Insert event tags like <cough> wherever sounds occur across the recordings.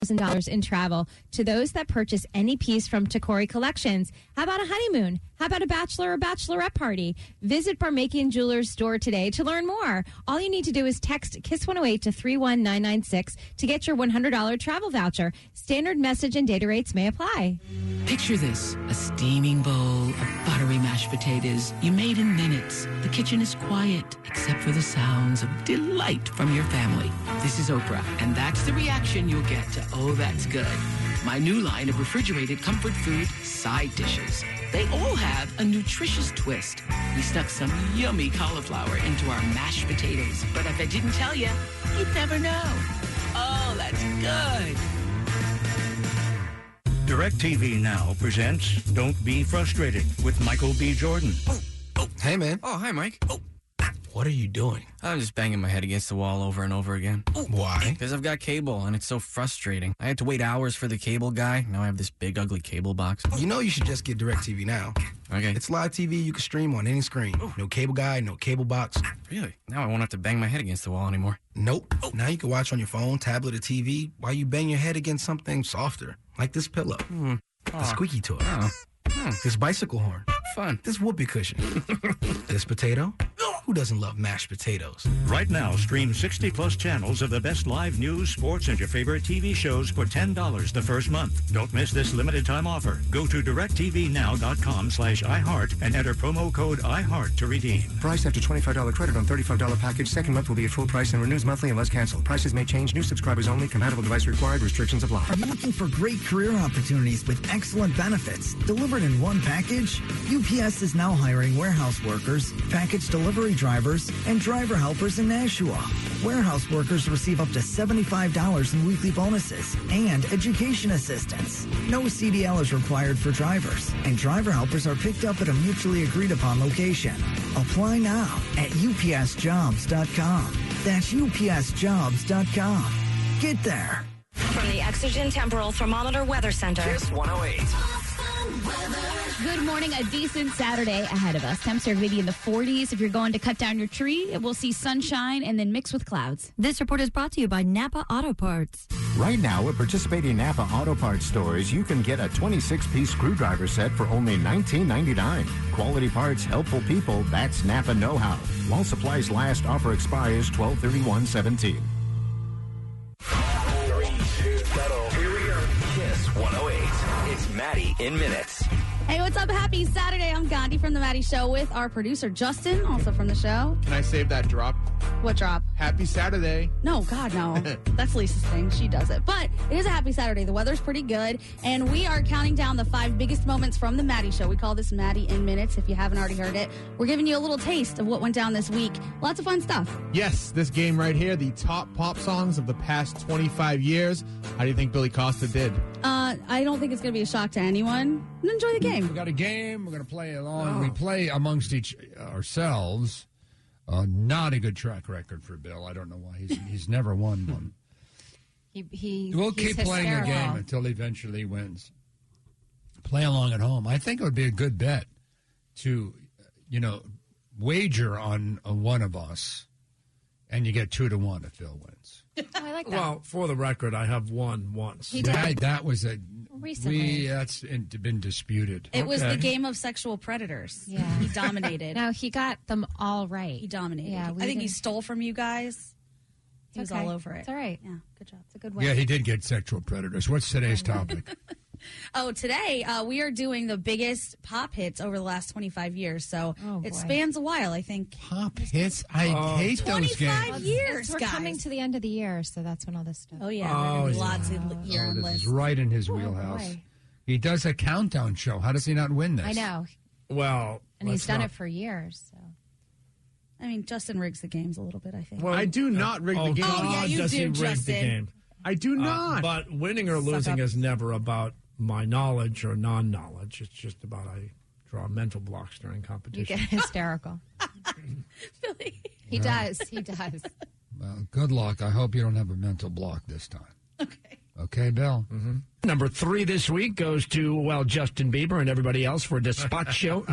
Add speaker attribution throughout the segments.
Speaker 1: thousand dollars in travel to those that purchase any piece from Takori Collections. How about a honeymoon? How about a bachelor or bachelorette party? Visit Barmakian Jewelers store today to learn more. All you need to do is text KISS108 to 31996 to get your $100 travel voucher. Standard message and data rates may apply.
Speaker 2: Picture this a steaming bowl of buttery mashed potatoes you made in minutes. The kitchen is quiet, except for the sounds of delight from your family. This is Oprah, and that's the reaction you'll get to Oh, That's Good. My new line of refrigerated comfort food side dishes. They all have a nutritious twist. We stuck some yummy cauliflower into our mashed potatoes, but if I didn't tell you, you'd never know. Oh, that's good.
Speaker 3: DirecTV Now presents Don't Be Frustrated with Michael B. Jordan.
Speaker 4: Hey, man. Oh, hi, Mike. Oh. What are you doing? Oh.
Speaker 5: I'm just banging my head against the wall over and over again.
Speaker 4: Why?
Speaker 5: Because I've got cable and it's so frustrating. I had to wait hours for the cable guy. Now I have this big, ugly cable box.
Speaker 4: You know you should just get DirecTV Now.
Speaker 5: Okay. Oh.
Speaker 4: It's live TV you can stream on any screen. No cable guy, no cable box.
Speaker 5: Really? Now I won't have to bang my head against the wall anymore. Oh.
Speaker 4: Nope. Now you can watch on your phone, tablet, or TV while you bang your head against something softer, like this pillow, the squeaky toy,
Speaker 5: Hmm. Oh,
Speaker 4: this bicycle horn,
Speaker 5: fun.
Speaker 4: this whoopee cushion, this potato. Who doesn't love mashed potatoes?
Speaker 3: Right now, stream 60 plus channels of the best live news, sports, and your favorite TV shows for $10 the first month. Don't miss this limited time offer. Go to directvnow.com slash iHeart and enter promo code iHeart to redeem.
Speaker 6: Price after $25 credit on $35 package. Second month will be at full price and renews monthly unless canceled. Prices may change. New subscribers only. Compatible device required. Restrictions apply.
Speaker 7: Are you looking for great career opportunities with excellent benefits delivered in one package? UPS is now hiring warehouse workers, package delivery drivers, and driver helpers in Nashua. Warehouse workers receive up to $75 in weekly bonuses and education assistance. No CDL is required for drivers, and driver helpers are picked up at a mutually agreed upon location. Apply now at upsjobs.com. That's upsjobs.com. Get there.
Speaker 8: From the Exogen Temporal Thermometer Weather Center.
Speaker 7: Kiss 108.
Speaker 1: Good morning. A decent Saturday ahead of us. Temps are going to be in the 40s. If you're going to cut down your tree, we'll see sunshine and then mix with clouds.
Speaker 9: This report is brought to you by Napa Auto Parts.
Speaker 10: Right now, at participating Napa Auto Parts stores, you can get a 26-piece screwdriver set for only $19.99. Quality parts, helpful people, that's Napa know-how. While supplies last, offer expires 12-31-17.
Speaker 11: Three, two, settle. Here we go. Kiss 108. It's Maddie in minutes.
Speaker 1: Hey, what's up? Happy Saturday. I'm Gandhi from The Maddie Show with our producer, Justin, also from the show.
Speaker 12: Can I save that drop?
Speaker 1: What drop?
Speaker 12: Happy Saturday.
Speaker 1: No,
Speaker 12: <laughs>
Speaker 1: God, no. That's Lisa's thing. She does it. But it is a happy Saturday. The weather's pretty good. And we are counting down the five biggest moments from the Maddie Show. We call this Maddie in Minutes. If you haven't already heard it, we're giving you a little taste of what went down this week. Lots of fun stuff.
Speaker 12: Yes, this game right here, the top pop songs of the past 25 years. How do you think Billy Costa did?
Speaker 1: Uh, I don't think it's going to be a shock to anyone. Enjoy the
Speaker 12: Mm-hmm.
Speaker 1: game.
Speaker 13: We got a game. We're going to play along. We play amongst each uh, ourselves. Uh, not a good track record for Bill. I don't know why he's he's never won
Speaker 9: <laughs>
Speaker 13: one.
Speaker 9: He, he,
Speaker 13: We'll
Speaker 9: he's
Speaker 13: keep playing the
Speaker 9: hysterical.
Speaker 13: game until he eventually wins. Play along at home. I think it would be a good bet to, you know, wager on uh, one of us, and you get two to one if Bill
Speaker 9: <laughs>
Speaker 13: wins.
Speaker 9: Oh, I like that.
Speaker 14: Well, for the record, I have won once.
Speaker 1: He did.
Speaker 13: That, that was a
Speaker 1: Recently.
Speaker 13: We, that's in, been disputed.
Speaker 9: It was
Speaker 13: Okay.
Speaker 9: the
Speaker 1: Game of sexual predators.
Speaker 9: Yeah.
Speaker 1: He dominated.
Speaker 9: no, he got them all right.
Speaker 1: He dominated.
Speaker 9: Yeah,
Speaker 1: I
Speaker 9: we
Speaker 1: think he
Speaker 9: didn't-
Speaker 1: stole from you guys.
Speaker 9: It's
Speaker 1: He was
Speaker 9: okay.
Speaker 1: all over it.
Speaker 9: It's all right.
Speaker 1: Yeah, good job.
Speaker 9: It's a good one.
Speaker 13: Yeah, he did get sexual predators. What's
Speaker 9: <laughs>
Speaker 13: today's topic?
Speaker 1: Oh, today uh, we are doing the biggest pop hits over the last 25 years. So
Speaker 9: Oh,
Speaker 1: it
Speaker 9: boy.
Speaker 1: spans a while, I think.
Speaker 13: Pop hits. I
Speaker 14: Oh.
Speaker 13: hate those
Speaker 1: 25
Speaker 13: games.
Speaker 1: years,
Speaker 9: We're
Speaker 1: guys.
Speaker 9: coming to the end of the year, so that's when all this stuff.
Speaker 1: Oh, yeah. we're gonna
Speaker 13: Oh,
Speaker 1: do
Speaker 13: yeah.
Speaker 1: Lots of
Speaker 9: Oh,
Speaker 1: year
Speaker 13: Oh,
Speaker 1: end
Speaker 13: this
Speaker 1: lists.
Speaker 13: is right in his wheelhouse.
Speaker 9: boy.
Speaker 13: He does a countdown show. How does he not win this?
Speaker 9: I know,
Speaker 14: Well,
Speaker 9: and he's
Speaker 14: let's
Speaker 9: done
Speaker 14: not-
Speaker 9: it for years. So.
Speaker 1: I mean, Justin rigs the games a little bit, I think.
Speaker 14: Well,
Speaker 12: I do not rig
Speaker 14: oh,
Speaker 12: the game.
Speaker 14: God,
Speaker 1: Oh, yeah, you
Speaker 14: does
Speaker 1: do,
Speaker 14: he rig the
Speaker 1: Justin.
Speaker 14: game.
Speaker 12: I do
Speaker 13: Ah,
Speaker 12: not.
Speaker 14: but winning or
Speaker 12: Suck
Speaker 14: losing
Speaker 12: up.
Speaker 14: is never about my knowledge or non-knowledge. It's just about I draw mental blocks during
Speaker 9: You
Speaker 14: competition.
Speaker 9: get <laughs>
Speaker 14: <laughs>
Speaker 9: hysterical. He
Speaker 13: Yeah.
Speaker 9: does. He does.
Speaker 13: Well, good luck. I hope you don't have a mental block this time. Okay. Okay, Bill. Mm-hmm.
Speaker 15: Number three this week goes to, well, Justin Bieber and everybody else for Despacho.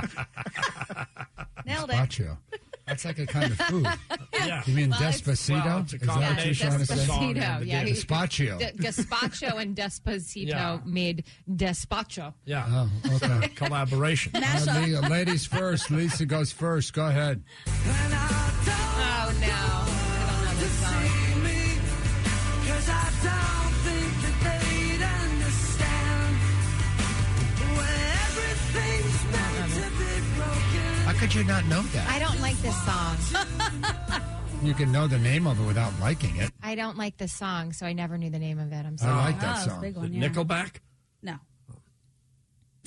Speaker 9: Nailed
Speaker 13: Gotcha. That's like a kind of food.
Speaker 14: <laughs> Yeah.
Speaker 13: You mean
Speaker 9: Well, it's-
Speaker 13: despacito?
Speaker 14: Well, it's a
Speaker 13: Is that what you're
Speaker 14: combination
Speaker 13: trying to
Speaker 14: of the
Speaker 13: say?
Speaker 14: song
Speaker 9: Despacito, yeah. he-
Speaker 13: Gazpacho.
Speaker 9: <laughs> <laughs> De- gazpacho and Despacito
Speaker 14: Yeah.
Speaker 9: made Despacho.
Speaker 14: Yeah.
Speaker 13: Oh, okay.
Speaker 14: <laughs> Collaboration.
Speaker 9: Mashup.
Speaker 13: Le- ladies
Speaker 9: <laughs>
Speaker 13: first. Lisa goes first. Go ahead.
Speaker 9: Oh, no. I don't know this song.
Speaker 13: How could you not know that?
Speaker 9: I don't like this song.
Speaker 13: You can know the name of it without liking it.
Speaker 9: <laughs> I don't like this song, so I never knew the name of it. I'm
Speaker 13: I
Speaker 9: sorry.
Speaker 13: like that Oh, it's a song. big one, yeah.
Speaker 14: Nickelback?
Speaker 9: No.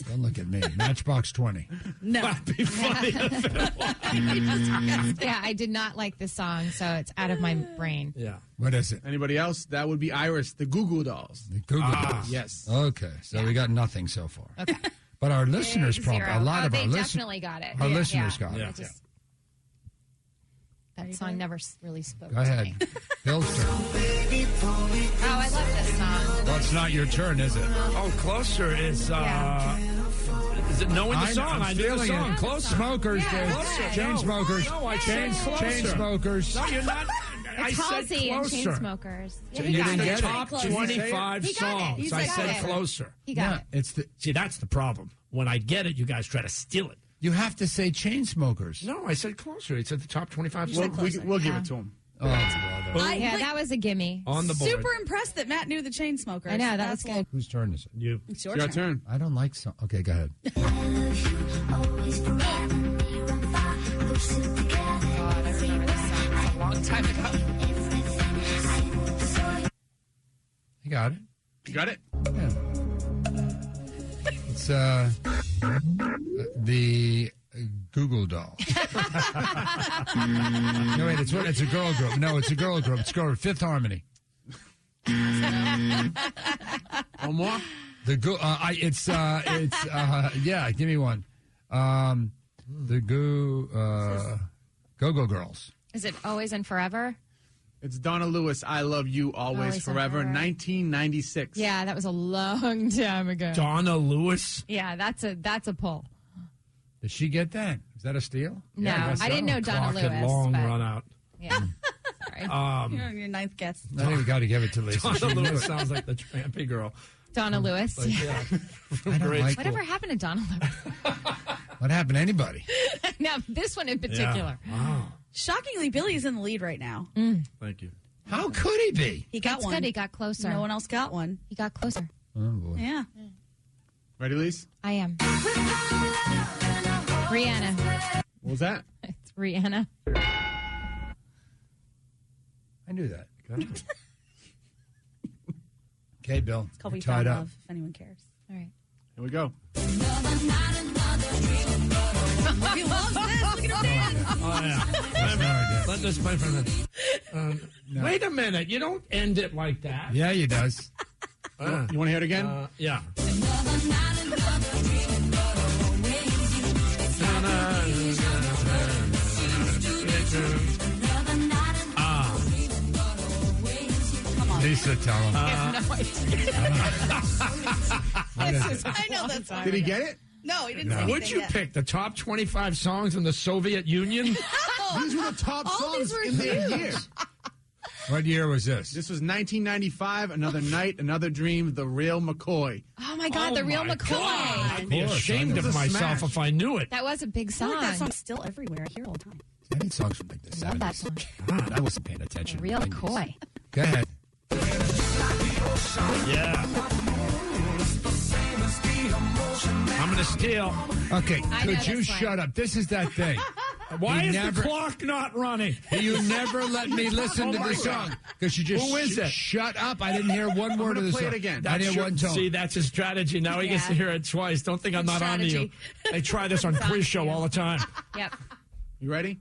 Speaker 13: Don't look
Speaker 9: <laughs>
Speaker 13: at me. Matchbox 20.
Speaker 9: No. <laughs>
Speaker 14: funny if
Speaker 15: Oh.
Speaker 9: yeah, I did not like this song, so it's out of my brain.
Speaker 14: Yeah.
Speaker 13: What is it?
Speaker 12: Anybody else? That would be Iris, the Goo Goo Dolls.
Speaker 13: The Google.
Speaker 12: Ah, yes.
Speaker 13: Okay. So we got nothing so far.
Speaker 9: Okay.
Speaker 13: <laughs> But our listeners,
Speaker 9: Big
Speaker 13: probably, a
Speaker 9: zero.
Speaker 13: lot
Speaker 9: Oh,
Speaker 13: of
Speaker 9: they
Speaker 13: our listeners.
Speaker 9: definitely got it.
Speaker 13: Our
Speaker 9: Yeah,
Speaker 13: listeners
Speaker 9: yeah.
Speaker 13: got
Speaker 9: Yeah.
Speaker 13: it.
Speaker 9: Just- That song never s- really spoke
Speaker 13: Go
Speaker 9: to
Speaker 13: ahead.
Speaker 9: me.
Speaker 13: <laughs> Bill's turn.
Speaker 9: Oh, I love this song.
Speaker 14: Uh,
Speaker 13: Well, it's not your turn, is it?
Speaker 14: Oh, closer is. uh Is it knowing the song? I knew the song. Closer.
Speaker 13: Smokers, dude.
Speaker 14: Closer.
Speaker 13: Chain
Speaker 14: No.
Speaker 13: smokers.
Speaker 14: No, I
Speaker 13: chain,
Speaker 14: said closer.
Speaker 13: chain smokers.
Speaker 14: No, you're not. I
Speaker 9: It's
Speaker 14: said
Speaker 9: Halsey and
Speaker 14: closer.
Speaker 9: Chainsmokers.
Speaker 14: So
Speaker 9: Yeah, he
Speaker 14: you
Speaker 9: got
Speaker 14: didn't
Speaker 9: it.
Speaker 14: get it.
Speaker 9: Very
Speaker 14: top
Speaker 9: close.
Speaker 14: 25
Speaker 9: He got it.
Speaker 14: songs.
Speaker 9: He
Speaker 14: I
Speaker 9: got
Speaker 14: said
Speaker 9: it.
Speaker 14: closer.
Speaker 9: He got it.
Speaker 14: It's the, See, that's the problem. When I get it, you guys try to steal it.
Speaker 13: You have to say chain smokers.
Speaker 14: No, I said closer. It's at the top 25
Speaker 12: We'll,
Speaker 14: songs.
Speaker 12: we, we'll give it to him.
Speaker 13: Oh, well,
Speaker 14: Boom.
Speaker 9: I- yeah, that was a gimme.
Speaker 14: On the board.
Speaker 1: Super impressed that Matt knew the chain smokers.
Speaker 9: I know, that was good.
Speaker 13: Whose turn is it?
Speaker 14: You.
Speaker 1: It's your It's your turn.
Speaker 13: I don't like so. Okay, go ahead.
Speaker 9: God, I remember this song. It's a long time ago.
Speaker 13: You got it.
Speaker 12: You got it?
Speaker 13: It's uh, the
Speaker 12: <laughs>
Speaker 13: Google doll. no, wait, it's what? It's a girl group. No, it's a girl group. It's girl group. Fifth Harmony.
Speaker 12: One more.
Speaker 13: The goo. Uh, I, it's uh, it's uh, yeah. Give me one. Um, the goo. Uh, Go Go Girls.
Speaker 9: Is it Always and Forever?
Speaker 12: It's Donna Lewis, I Love You Always,
Speaker 9: Always and
Speaker 12: forever,
Speaker 9: Forever.
Speaker 12: 1996.
Speaker 9: Yeah, that was a long <laughs> time ago.
Speaker 14: Donna Lewis.
Speaker 9: Yeah, that's a that's a pull.
Speaker 13: Did she get that? Is that a steal?
Speaker 9: No,
Speaker 13: Yeah, guess
Speaker 9: I didn't
Speaker 13: so.
Speaker 9: know Donna
Speaker 14: Clock and
Speaker 9: Lewis.
Speaker 14: long
Speaker 9: but
Speaker 14: run out.
Speaker 9: yeah. <laughs>
Speaker 14: Um,
Speaker 1: You're on your ninth guess.
Speaker 13: I think we got to give it to Lisa. She
Speaker 14: Donna
Speaker 13: knew
Speaker 14: Lewis
Speaker 13: it.
Speaker 14: sounds like the trampy
Speaker 13: <laughs>
Speaker 14: girl.
Speaker 9: Donna Lewis.
Speaker 14: Like,
Speaker 9: yeah.
Speaker 14: yeah.
Speaker 13: I don't
Speaker 9: <laughs>
Speaker 13: like
Speaker 9: Whatever happened to Donna Lewis?
Speaker 13: What happened to anybody?
Speaker 9: now this one in particular.
Speaker 14: Wow.
Speaker 1: Shockingly, Billy is in the lead right now.
Speaker 14: Thank you.
Speaker 13: How could he be?
Speaker 1: He got
Speaker 9: Mm, That's
Speaker 1: one.
Speaker 9: good. He got closer.
Speaker 1: No one else got one.
Speaker 9: He got closer.
Speaker 1: Yeah.
Speaker 12: Ready, Lise?
Speaker 9: I am. Rihanna.
Speaker 12: What was that?
Speaker 9: It's Rihanna.
Speaker 13: I knew that. <laughs> okay, Bill.
Speaker 1: It's called We
Speaker 13: you're tied
Speaker 1: Found
Speaker 13: up.
Speaker 1: Love, if anyone cares.
Speaker 9: All right.
Speaker 12: Here we go.
Speaker 1: he loves this. Look at him dance.
Speaker 14: Oh, yeah. Let this play for a minute. Um, Wait a minute. You don't end it like that.
Speaker 13: Yeah, he does.
Speaker 14: Uh,
Speaker 12: You want to hear it again?
Speaker 14: uh, yeah.
Speaker 13: Lisa, tell him.
Speaker 1: <laughs> I know that's
Speaker 12: Did he get it?
Speaker 1: No, he didn't say anything
Speaker 14: Would you
Speaker 1: yet.
Speaker 9: <laughs>
Speaker 14: pick the top 25 songs in the Soviet Union?
Speaker 9: Oh,
Speaker 12: These were the top
Speaker 1: All these
Speaker 12: songs
Speaker 1: were
Speaker 12: in their year.
Speaker 13: what year was this?
Speaker 12: This was 1995, Another Night, Another Dream, The Real McCoy.
Speaker 9: Oh my God,
Speaker 14: Oh,
Speaker 9: the real
Speaker 14: my
Speaker 9: McCoy.
Speaker 14: God. I'd be
Speaker 13: Of course, I
Speaker 14: ashamed
Speaker 13: know.
Speaker 14: of
Speaker 13: It's a
Speaker 14: myself
Speaker 12: smash.
Speaker 14: if I knew it.
Speaker 9: That was a big
Speaker 1: I feel
Speaker 9: song.
Speaker 1: like that song's still everywhere. I hear it all the time.
Speaker 13: I think songs from like the
Speaker 9: Love that song.
Speaker 13: 70s. God, I wasn't paying
Speaker 9: The
Speaker 13: attention.
Speaker 9: real McCoy.
Speaker 13: Go ahead.
Speaker 14: Yeah. I'm going to steal.
Speaker 13: Okay,
Speaker 9: I know
Speaker 13: could you
Speaker 9: this one.
Speaker 13: shut up? This is that thing.
Speaker 14: <laughs> Why
Speaker 13: He
Speaker 14: is
Speaker 13: never-
Speaker 14: the clock not running?
Speaker 13: You never let me
Speaker 14: <laughs>
Speaker 13: listen to
Speaker 14: Oh,
Speaker 13: the
Speaker 14: my
Speaker 13: song
Speaker 14: God.
Speaker 13: because you just
Speaker 14: Who is
Speaker 13: sh-
Speaker 14: it?
Speaker 13: shut up. I didn't hear one word of
Speaker 12: gonna
Speaker 13: the
Speaker 12: play it
Speaker 13: song.
Speaker 12: again.
Speaker 13: I
Speaker 14: That's
Speaker 13: didn't
Speaker 14: your-
Speaker 13: one tone.
Speaker 14: See, that's his strategy. Now he gets to
Speaker 9: Yeah.
Speaker 14: hear it twice. Don't think I'm not on to
Speaker 9: Strategy.
Speaker 14: you. They
Speaker 16: <laughs>
Speaker 14: try this on quiz show all the time.
Speaker 9: Yep.
Speaker 12: You ready?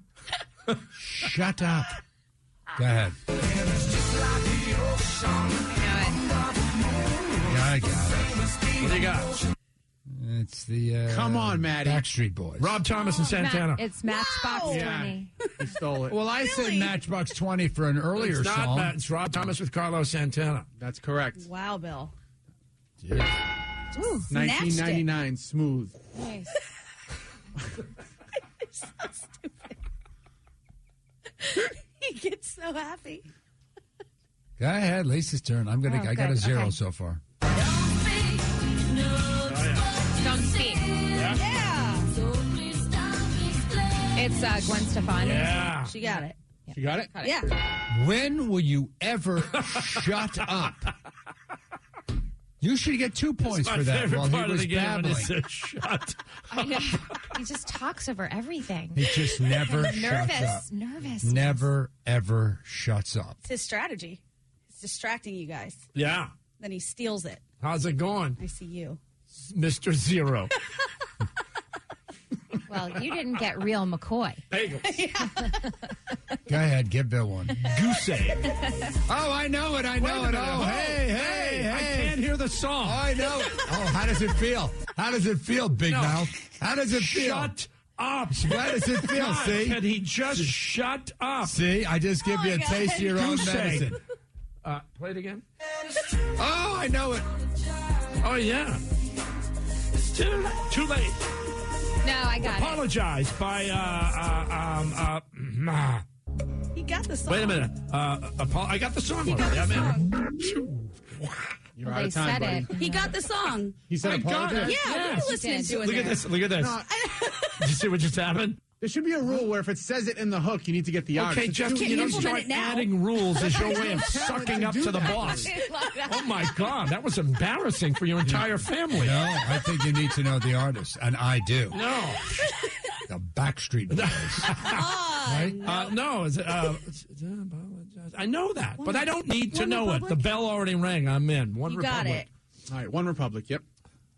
Speaker 13: shut up. Go ahead.
Speaker 9: No,
Speaker 14: they got?
Speaker 13: It's the uh,
Speaker 14: Come on, Maddie.
Speaker 13: Backstreet Boys.
Speaker 14: Rob Thomas and Santana.
Speaker 9: It's Matchbox
Speaker 14: Yeah.
Speaker 9: 20.
Speaker 14: He stole it.
Speaker 13: Well, I said Matchbox Twenty for an earlier
Speaker 14: it's not
Speaker 13: song.
Speaker 14: Matt. It's Rob Thomas with Carlos Santana.
Speaker 12: That's correct.
Speaker 16: Wow, Bill.
Speaker 12: Ooh,
Speaker 1: <laughs>
Speaker 12: 1999 smooth.
Speaker 16: Nice. You're so stupid. he gets so happy.
Speaker 13: Go ahead, Lisa's turn. I'm gonna.
Speaker 16: Oh,
Speaker 13: I got a
Speaker 16: good.
Speaker 13: zero
Speaker 16: Okay.
Speaker 13: so far.
Speaker 17: Don't speak.
Speaker 14: Yeah.
Speaker 17: It's uh, Gwen
Speaker 9: <laughs>
Speaker 17: Stefani.
Speaker 13: Yeah.
Speaker 16: She got it.
Speaker 13: You got it.
Speaker 16: Yeah.
Speaker 13: When will you
Speaker 14: <laughs>
Speaker 13: ever shut up? You should get two points
Speaker 14: my
Speaker 13: for that
Speaker 14: favorite
Speaker 13: while he
Speaker 14: part of
Speaker 13: was
Speaker 14: the game when he
Speaker 13: babbling.
Speaker 14: said, "Shut
Speaker 17: he just talks over everything.
Speaker 13: He
Speaker 14: <laughs>
Speaker 13: just never shuts up.
Speaker 17: nervous, nervous.
Speaker 13: Never ever shuts up.
Speaker 16: It's his strategy. It's distracting you guys.
Speaker 14: Yeah.
Speaker 16: Then he steals it.
Speaker 14: How's it going,
Speaker 16: I see you.
Speaker 14: Mister Zero?
Speaker 9: Well, you didn't get real McCoy.
Speaker 13: Go ahead, give Bill one.
Speaker 14: Goose egg.
Speaker 13: Oh, I know it. I know it. Oh, hey, hey, hey.
Speaker 14: I can't hear the song.
Speaker 13: I know. it. Oh, how does it feel? How does it feel, Big
Speaker 14: No.
Speaker 13: Mouth? How does it feel?
Speaker 14: Shut up.
Speaker 13: How does it feel?
Speaker 14: <laughs> God,
Speaker 13: See?
Speaker 14: Can he just shut up?
Speaker 13: See, I just give you a taste of your own
Speaker 14: Goose egg.
Speaker 13: medicine.
Speaker 14: Uh, play it again.
Speaker 13: Oh, I know it.
Speaker 14: Oh yeah. It's too, too late.
Speaker 17: No, I got it.
Speaker 14: Apologize by uh, uh, um, uh,
Speaker 16: He got the song.
Speaker 14: Wait a minute. Uh, apo- I got the song
Speaker 16: He got
Speaker 14: already.
Speaker 16: the
Speaker 14: I'm in.
Speaker 16: song.
Speaker 12: You're out of time, buddy.
Speaker 16: He got the
Speaker 14: <laughs>
Speaker 16: song.
Speaker 12: He said
Speaker 14: I got
Speaker 12: apologize.
Speaker 14: it.
Speaker 16: Yeah, we
Speaker 14: Yes.
Speaker 16: were listening to it.
Speaker 14: Look
Speaker 16: there.
Speaker 14: at this. Look at this. Did you see what just happened?
Speaker 12: There should be a rule where if it says it in the hook, you need to get the artist.
Speaker 14: Okay,
Speaker 12: It's
Speaker 14: Jeff,
Speaker 12: too
Speaker 14: you know,
Speaker 12: easy.
Speaker 14: start adding rules as your way of sucking up
Speaker 12: do
Speaker 14: to the
Speaker 12: that.
Speaker 14: boss. Oh, my God. That was embarrassing for your entire family.
Speaker 13: No, I think you need to know the artist, and I do.
Speaker 14: No.
Speaker 13: The Backstreet Boys.
Speaker 10: Oh,
Speaker 13: right?
Speaker 14: Uh, no. Is it, uh, it's- it's- I apologize. I know that, but I don't need to know it. The bell already rang. I'm in. One
Speaker 16: You got
Speaker 14: Republic.
Speaker 16: it.
Speaker 12: All right, One Republic. Yep.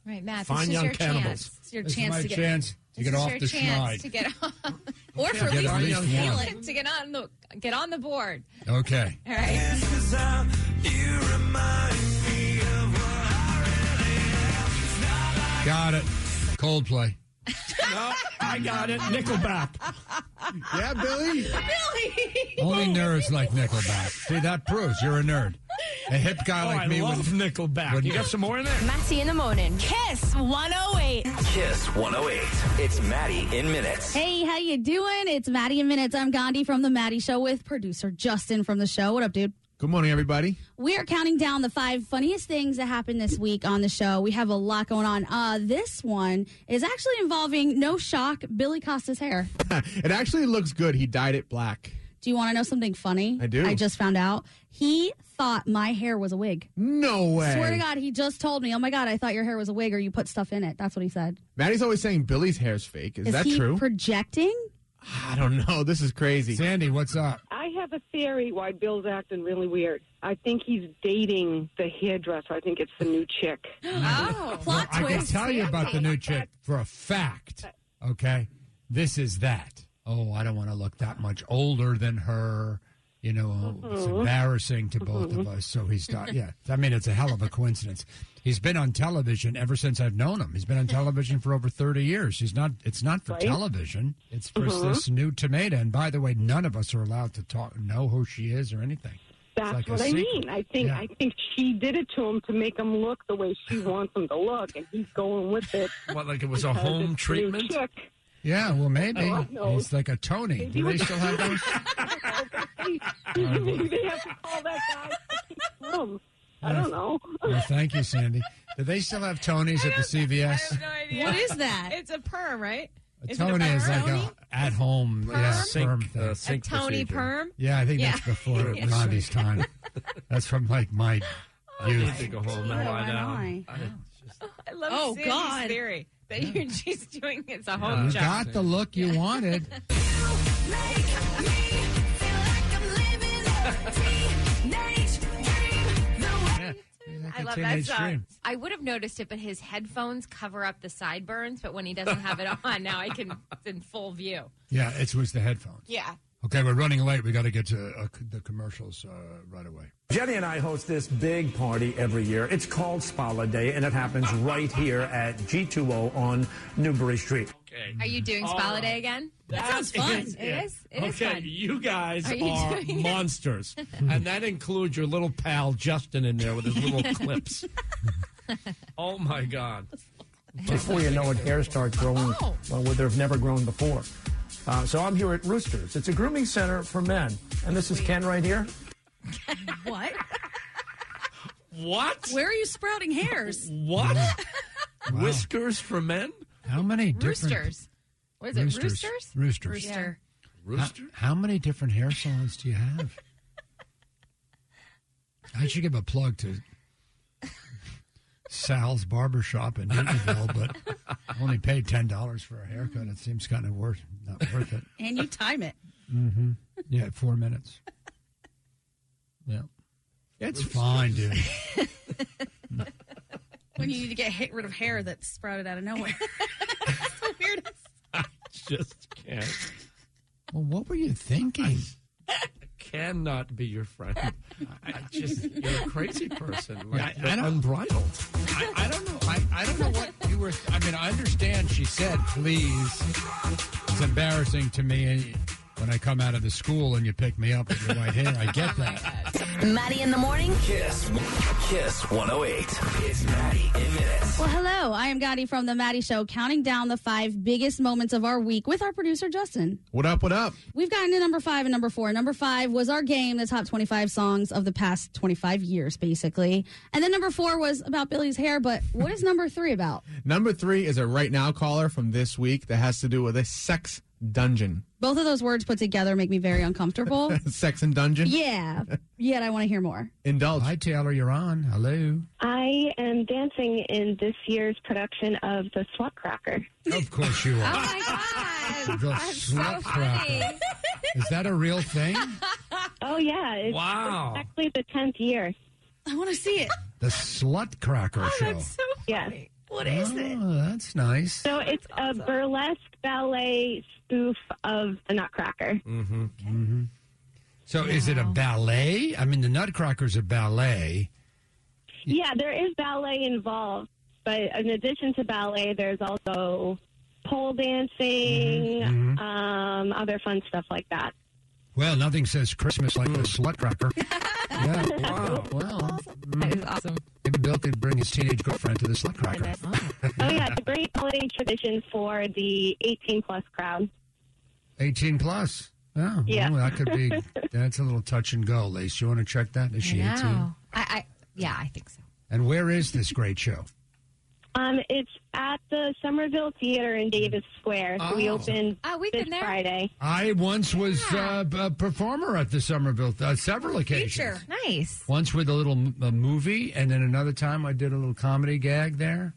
Speaker 17: Right, Matt.
Speaker 14: Fine
Speaker 17: this is
Speaker 14: young
Speaker 17: your
Speaker 14: cannibals.
Speaker 17: chance.
Speaker 16: It's your
Speaker 13: This is
Speaker 16: chance
Speaker 13: my
Speaker 16: to get
Speaker 13: chance to
Speaker 17: This
Speaker 13: get
Speaker 17: is
Speaker 13: off
Speaker 17: your
Speaker 13: the
Speaker 17: chance
Speaker 13: schneid.
Speaker 17: to get <laughs> on,
Speaker 16: or for
Speaker 13: Get at
Speaker 16: at least
Speaker 13: least
Speaker 16: feel
Speaker 13: one.
Speaker 16: it.
Speaker 17: to get on the get on the board.
Speaker 13: Okay.
Speaker 17: All right.
Speaker 13: Got it. Coldplay.
Speaker 14: No, I got it. Nickelback.
Speaker 12: Yeah, Billy.
Speaker 16: Billy.
Speaker 13: Only nerds like Nickelback. See, that proves you're a nerd. A hip guy
Speaker 14: Oh,
Speaker 13: like
Speaker 14: I
Speaker 13: me
Speaker 14: love
Speaker 13: would.
Speaker 14: Nickelback.
Speaker 13: wouldn't-
Speaker 14: you got some more in there?
Speaker 18: Matty in the morning. Kiss 108.
Speaker 11: Kiss 108. It's Maddie in minutes.
Speaker 1: Hey, how you doing? It's Maddie in Minutes. I'm Gandhi from The Maddie Show with producer Justin from the show. What up, dude?
Speaker 12: Good morning, everybody.
Speaker 1: We are counting down the five funniest things that happened this week on the show. We have a lot going on. Uh, this one is actually involving, no shock, Billy Costa's hair.
Speaker 12: It actually looks good. He dyed it black.
Speaker 1: Do you want to know something funny?
Speaker 12: I do.
Speaker 1: I just found out. He thought my hair was a wig.
Speaker 12: No way.
Speaker 1: Swear to God, he just told me, oh my God, I thought your hair was a wig or you put stuff in it. That's what he said.
Speaker 12: Maddie's always saying Billy's hair's fake. Is, that
Speaker 1: he
Speaker 12: true?
Speaker 1: projecting?
Speaker 12: I don't know. This is crazy.
Speaker 13: Sandy, what's up?
Speaker 10: I have a theory why Bill's acting really weird. I think he's dating the hairdresser. I think it's the new chick.
Speaker 1: <laughs>
Speaker 16: Oh.
Speaker 13: Well, I can tell you about the new chick for a fact. Okay, this is that. Oh, I don't want to look that much older than her. You know, it's embarrassing to both of us. So he's not. Yeah, I mean, it's a hell of a coincidence. He's been on television ever since I've known him. He's been on television for over thirty years. He's not. It's not for television. It's for
Speaker 10: Mhm.
Speaker 13: this new tomato. And by the way, none of us are allowed to talk, know who she is or anything.
Speaker 10: That's
Speaker 13: like a
Speaker 10: what I
Speaker 13: secret.
Speaker 10: mean. I think
Speaker 13: Yeah.
Speaker 10: I think she did it to him to make him look the way she
Speaker 13: <laughs>
Speaker 10: wants him to look, and he's going with it.
Speaker 14: What, like it was a
Speaker 10: because it's the
Speaker 14: home
Speaker 10: new
Speaker 14: treatment?
Speaker 10: chick.
Speaker 13: Yeah, well, maybe
Speaker 10: Oh, no.
Speaker 13: he's like a Tony. Do they
Speaker 10: <laughs>
Speaker 13: still have those?
Speaker 10: Maybe they have to call that guy. Slim. I don't know.
Speaker 13: Well, thank you, Sandy. Do they still have Tonys at the CVS?
Speaker 17: no idea.
Speaker 1: What is that?
Speaker 17: It's a perm, right?
Speaker 13: A
Speaker 17: Is it a
Speaker 13: Tony is like
Speaker 17: perm?
Speaker 13: a at home yeah, uh, sperm thing.
Speaker 17: A Tony perm.
Speaker 13: yeah, I think that's
Speaker 17: Yeah.
Speaker 13: before
Speaker 17: Yeah.
Speaker 13: Gandhi's time. That's from like my
Speaker 14: need
Speaker 13: youth.
Speaker 14: to go home and lie
Speaker 13: Um,
Speaker 14: down.
Speaker 13: uh,
Speaker 17: I <laughs> love
Speaker 16: Oh,
Speaker 17: Sandy's
Speaker 16: God.
Speaker 17: theory that you're <laughs> just doing it's a home
Speaker 13: You
Speaker 17: job.
Speaker 13: got the look you wanted. Yeah, you're like
Speaker 17: I
Speaker 13: a
Speaker 17: love that
Speaker 13: teenage
Speaker 17: song.
Speaker 13: dream.
Speaker 17: I would have noticed it, but his headphones cover up the sideburns. But when he doesn't have it on, now I can it's in full view.
Speaker 13: Yeah, it was the headphones.
Speaker 17: Yeah,
Speaker 13: Okay, we're running late. We got to get to uh, c- the commercials uh, right away.
Speaker 19: Jenny and I host this big party every year. It's called Spala Day, and it happens right here at G2O on Newbury Street.
Speaker 17: Are you doing
Speaker 14: All
Speaker 17: Spala
Speaker 14: right.
Speaker 17: Day again?
Speaker 14: That is
Speaker 17: It is. It is
Speaker 14: okay,
Speaker 17: fun.
Speaker 14: you guys
Speaker 17: Are
Speaker 14: are,
Speaker 17: you doing it? <laughs>
Speaker 14: monsters, and that includes your little pal Justin in there with
Speaker 17: <laughs>
Speaker 14: his little clips. Oh my God!
Speaker 20: Before you know it, hair starts growing
Speaker 17: Oh.
Speaker 20: well, where they've never grown before. Uh, so I'm here at Roosters. It's a grooming center for men. And this is Ken right here.
Speaker 1: <laughs>
Speaker 16: What?
Speaker 14: What?
Speaker 16: Where are you sprouting hairs?
Speaker 14: What?
Speaker 13: Mm.
Speaker 14: Whiskers for men?
Speaker 13: How many different
Speaker 17: Roosters. What is it?
Speaker 13: Roosters.
Speaker 17: Roosters?
Speaker 13: Roosters.
Speaker 17: Rooster.
Speaker 14: Rooster?
Speaker 13: How, how many different hair salons do you have? I should give a plug to Sal's barber shop in Newtonville, but I only paid ten dollars for a haircut. It seems kind of worth not worth it.
Speaker 1: And you time it.
Speaker 13: Mm-hmm. Yeah, four minutes. Yeah, it's fine, dude.
Speaker 1: When you need to get hit rid of hair that sprouted out of nowhere.
Speaker 14: <laughs>
Speaker 1: <laughs>
Speaker 14: Just can't.
Speaker 13: <laughs> Well, what were you thinking?
Speaker 14: Cannot be your friend. I just you're a crazy person. Like,
Speaker 13: Yeah, I- I don't-
Speaker 14: unbridled.
Speaker 13: I, I don't know. I, I don't know what you were. I mean, I understand she said, please. It's embarrassing to me when I come out of the school and you pick me up with your white hair. I get that.
Speaker 21: Maddie in the morning.
Speaker 11: Kiss. Kiss 108. It's Maddie in minutes.
Speaker 1: Well, hello. I am Gotti from The Maddie Show, counting down the five biggest moments of our week with our producer, Justin.
Speaker 12: <laughs> What up? What up?
Speaker 1: We've gotten to number five and number four. Number five was our game, the top 25 songs of the past 25 years, basically. And then number four was about Billy's hair, but what is number three about?
Speaker 12: Number three is a right now caller from this week that has to do with a sex dungeon. <laughs>
Speaker 1: Both of those words put together make me very uncomfortable.
Speaker 12: sex and dungeon.
Speaker 1: yeah. Yet I want to hear <laughs> more.
Speaker 12: Indulge.
Speaker 13: Hi, Taylor. You're on. Hello.
Speaker 8: I am dancing in this year's production of The Swat Cracker.
Speaker 13: Of course you
Speaker 1: Oh
Speaker 13: are.
Speaker 12: <laughs>
Speaker 13: The slut cracker. Is that a real thing?
Speaker 8: <laughs> Oh, yeah. It's,
Speaker 13: Wow.
Speaker 8: It's actually the 10th year.
Speaker 1: I want to see it.
Speaker 13: The slut cracker show.
Speaker 8: Yes.
Speaker 1: What
Speaker 13: is it? That's nice.
Speaker 8: So it's a burlesque ballet spoof of The Nutcracker.
Speaker 13: Mm-hmm. Mm-hmm. So is it a ballet? I mean, the Nutcracker's a ballet.
Speaker 8: Yeah, there is ballet involved, but in addition to ballet, there's also pole dancing, Um, other fun stuff like that.
Speaker 13: Mm-hmm. Well, nothing says Christmas like the slut <laughs> cracker. yeah. Wow. Well, that
Speaker 8: is awesome.
Speaker 13: Maybe Bill could bring his teenage girlfriend to the slut <laughs> cracker.
Speaker 8: Oh, yeah, it's a great holiday tradition for the 18 plus crowd.
Speaker 13: 18 plus. Oh,
Speaker 8: Yeah.
Speaker 13: well, that could be. That's a little touch and go, Lace. You want to check that? Is she 18?
Speaker 8: Wow. I, I, yeah, I think so.
Speaker 13: And where is this great show?
Speaker 8: Um, it's at the Somerville Theater in Davis Square. So we
Speaker 13: Oh.
Speaker 8: open this Friday.
Speaker 13: I once was uh, b- a performer at the Somerville uh, several occasions.
Speaker 8: Nice.
Speaker 13: Once with a little m- a movie, and then another time I did a little comedy gag there.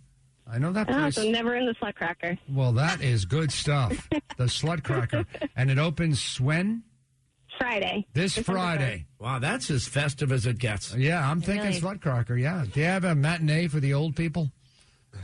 Speaker 13: I know that
Speaker 8: Oh,
Speaker 13: place.
Speaker 8: so never in the slut cracker.
Speaker 13: Well, that is
Speaker 8: <laughs>
Speaker 13: good stuff. the Slut Cracker. And it opens when?
Speaker 8: Friday.
Speaker 13: This
Speaker 8: December
Speaker 13: Friday.
Speaker 14: <laughs> Wow, that's as festive as it gets.
Speaker 13: Yeah, I'm thinking
Speaker 8: really is.
Speaker 13: Slut Cracker. Yeah. Do you have a matinee for the old people?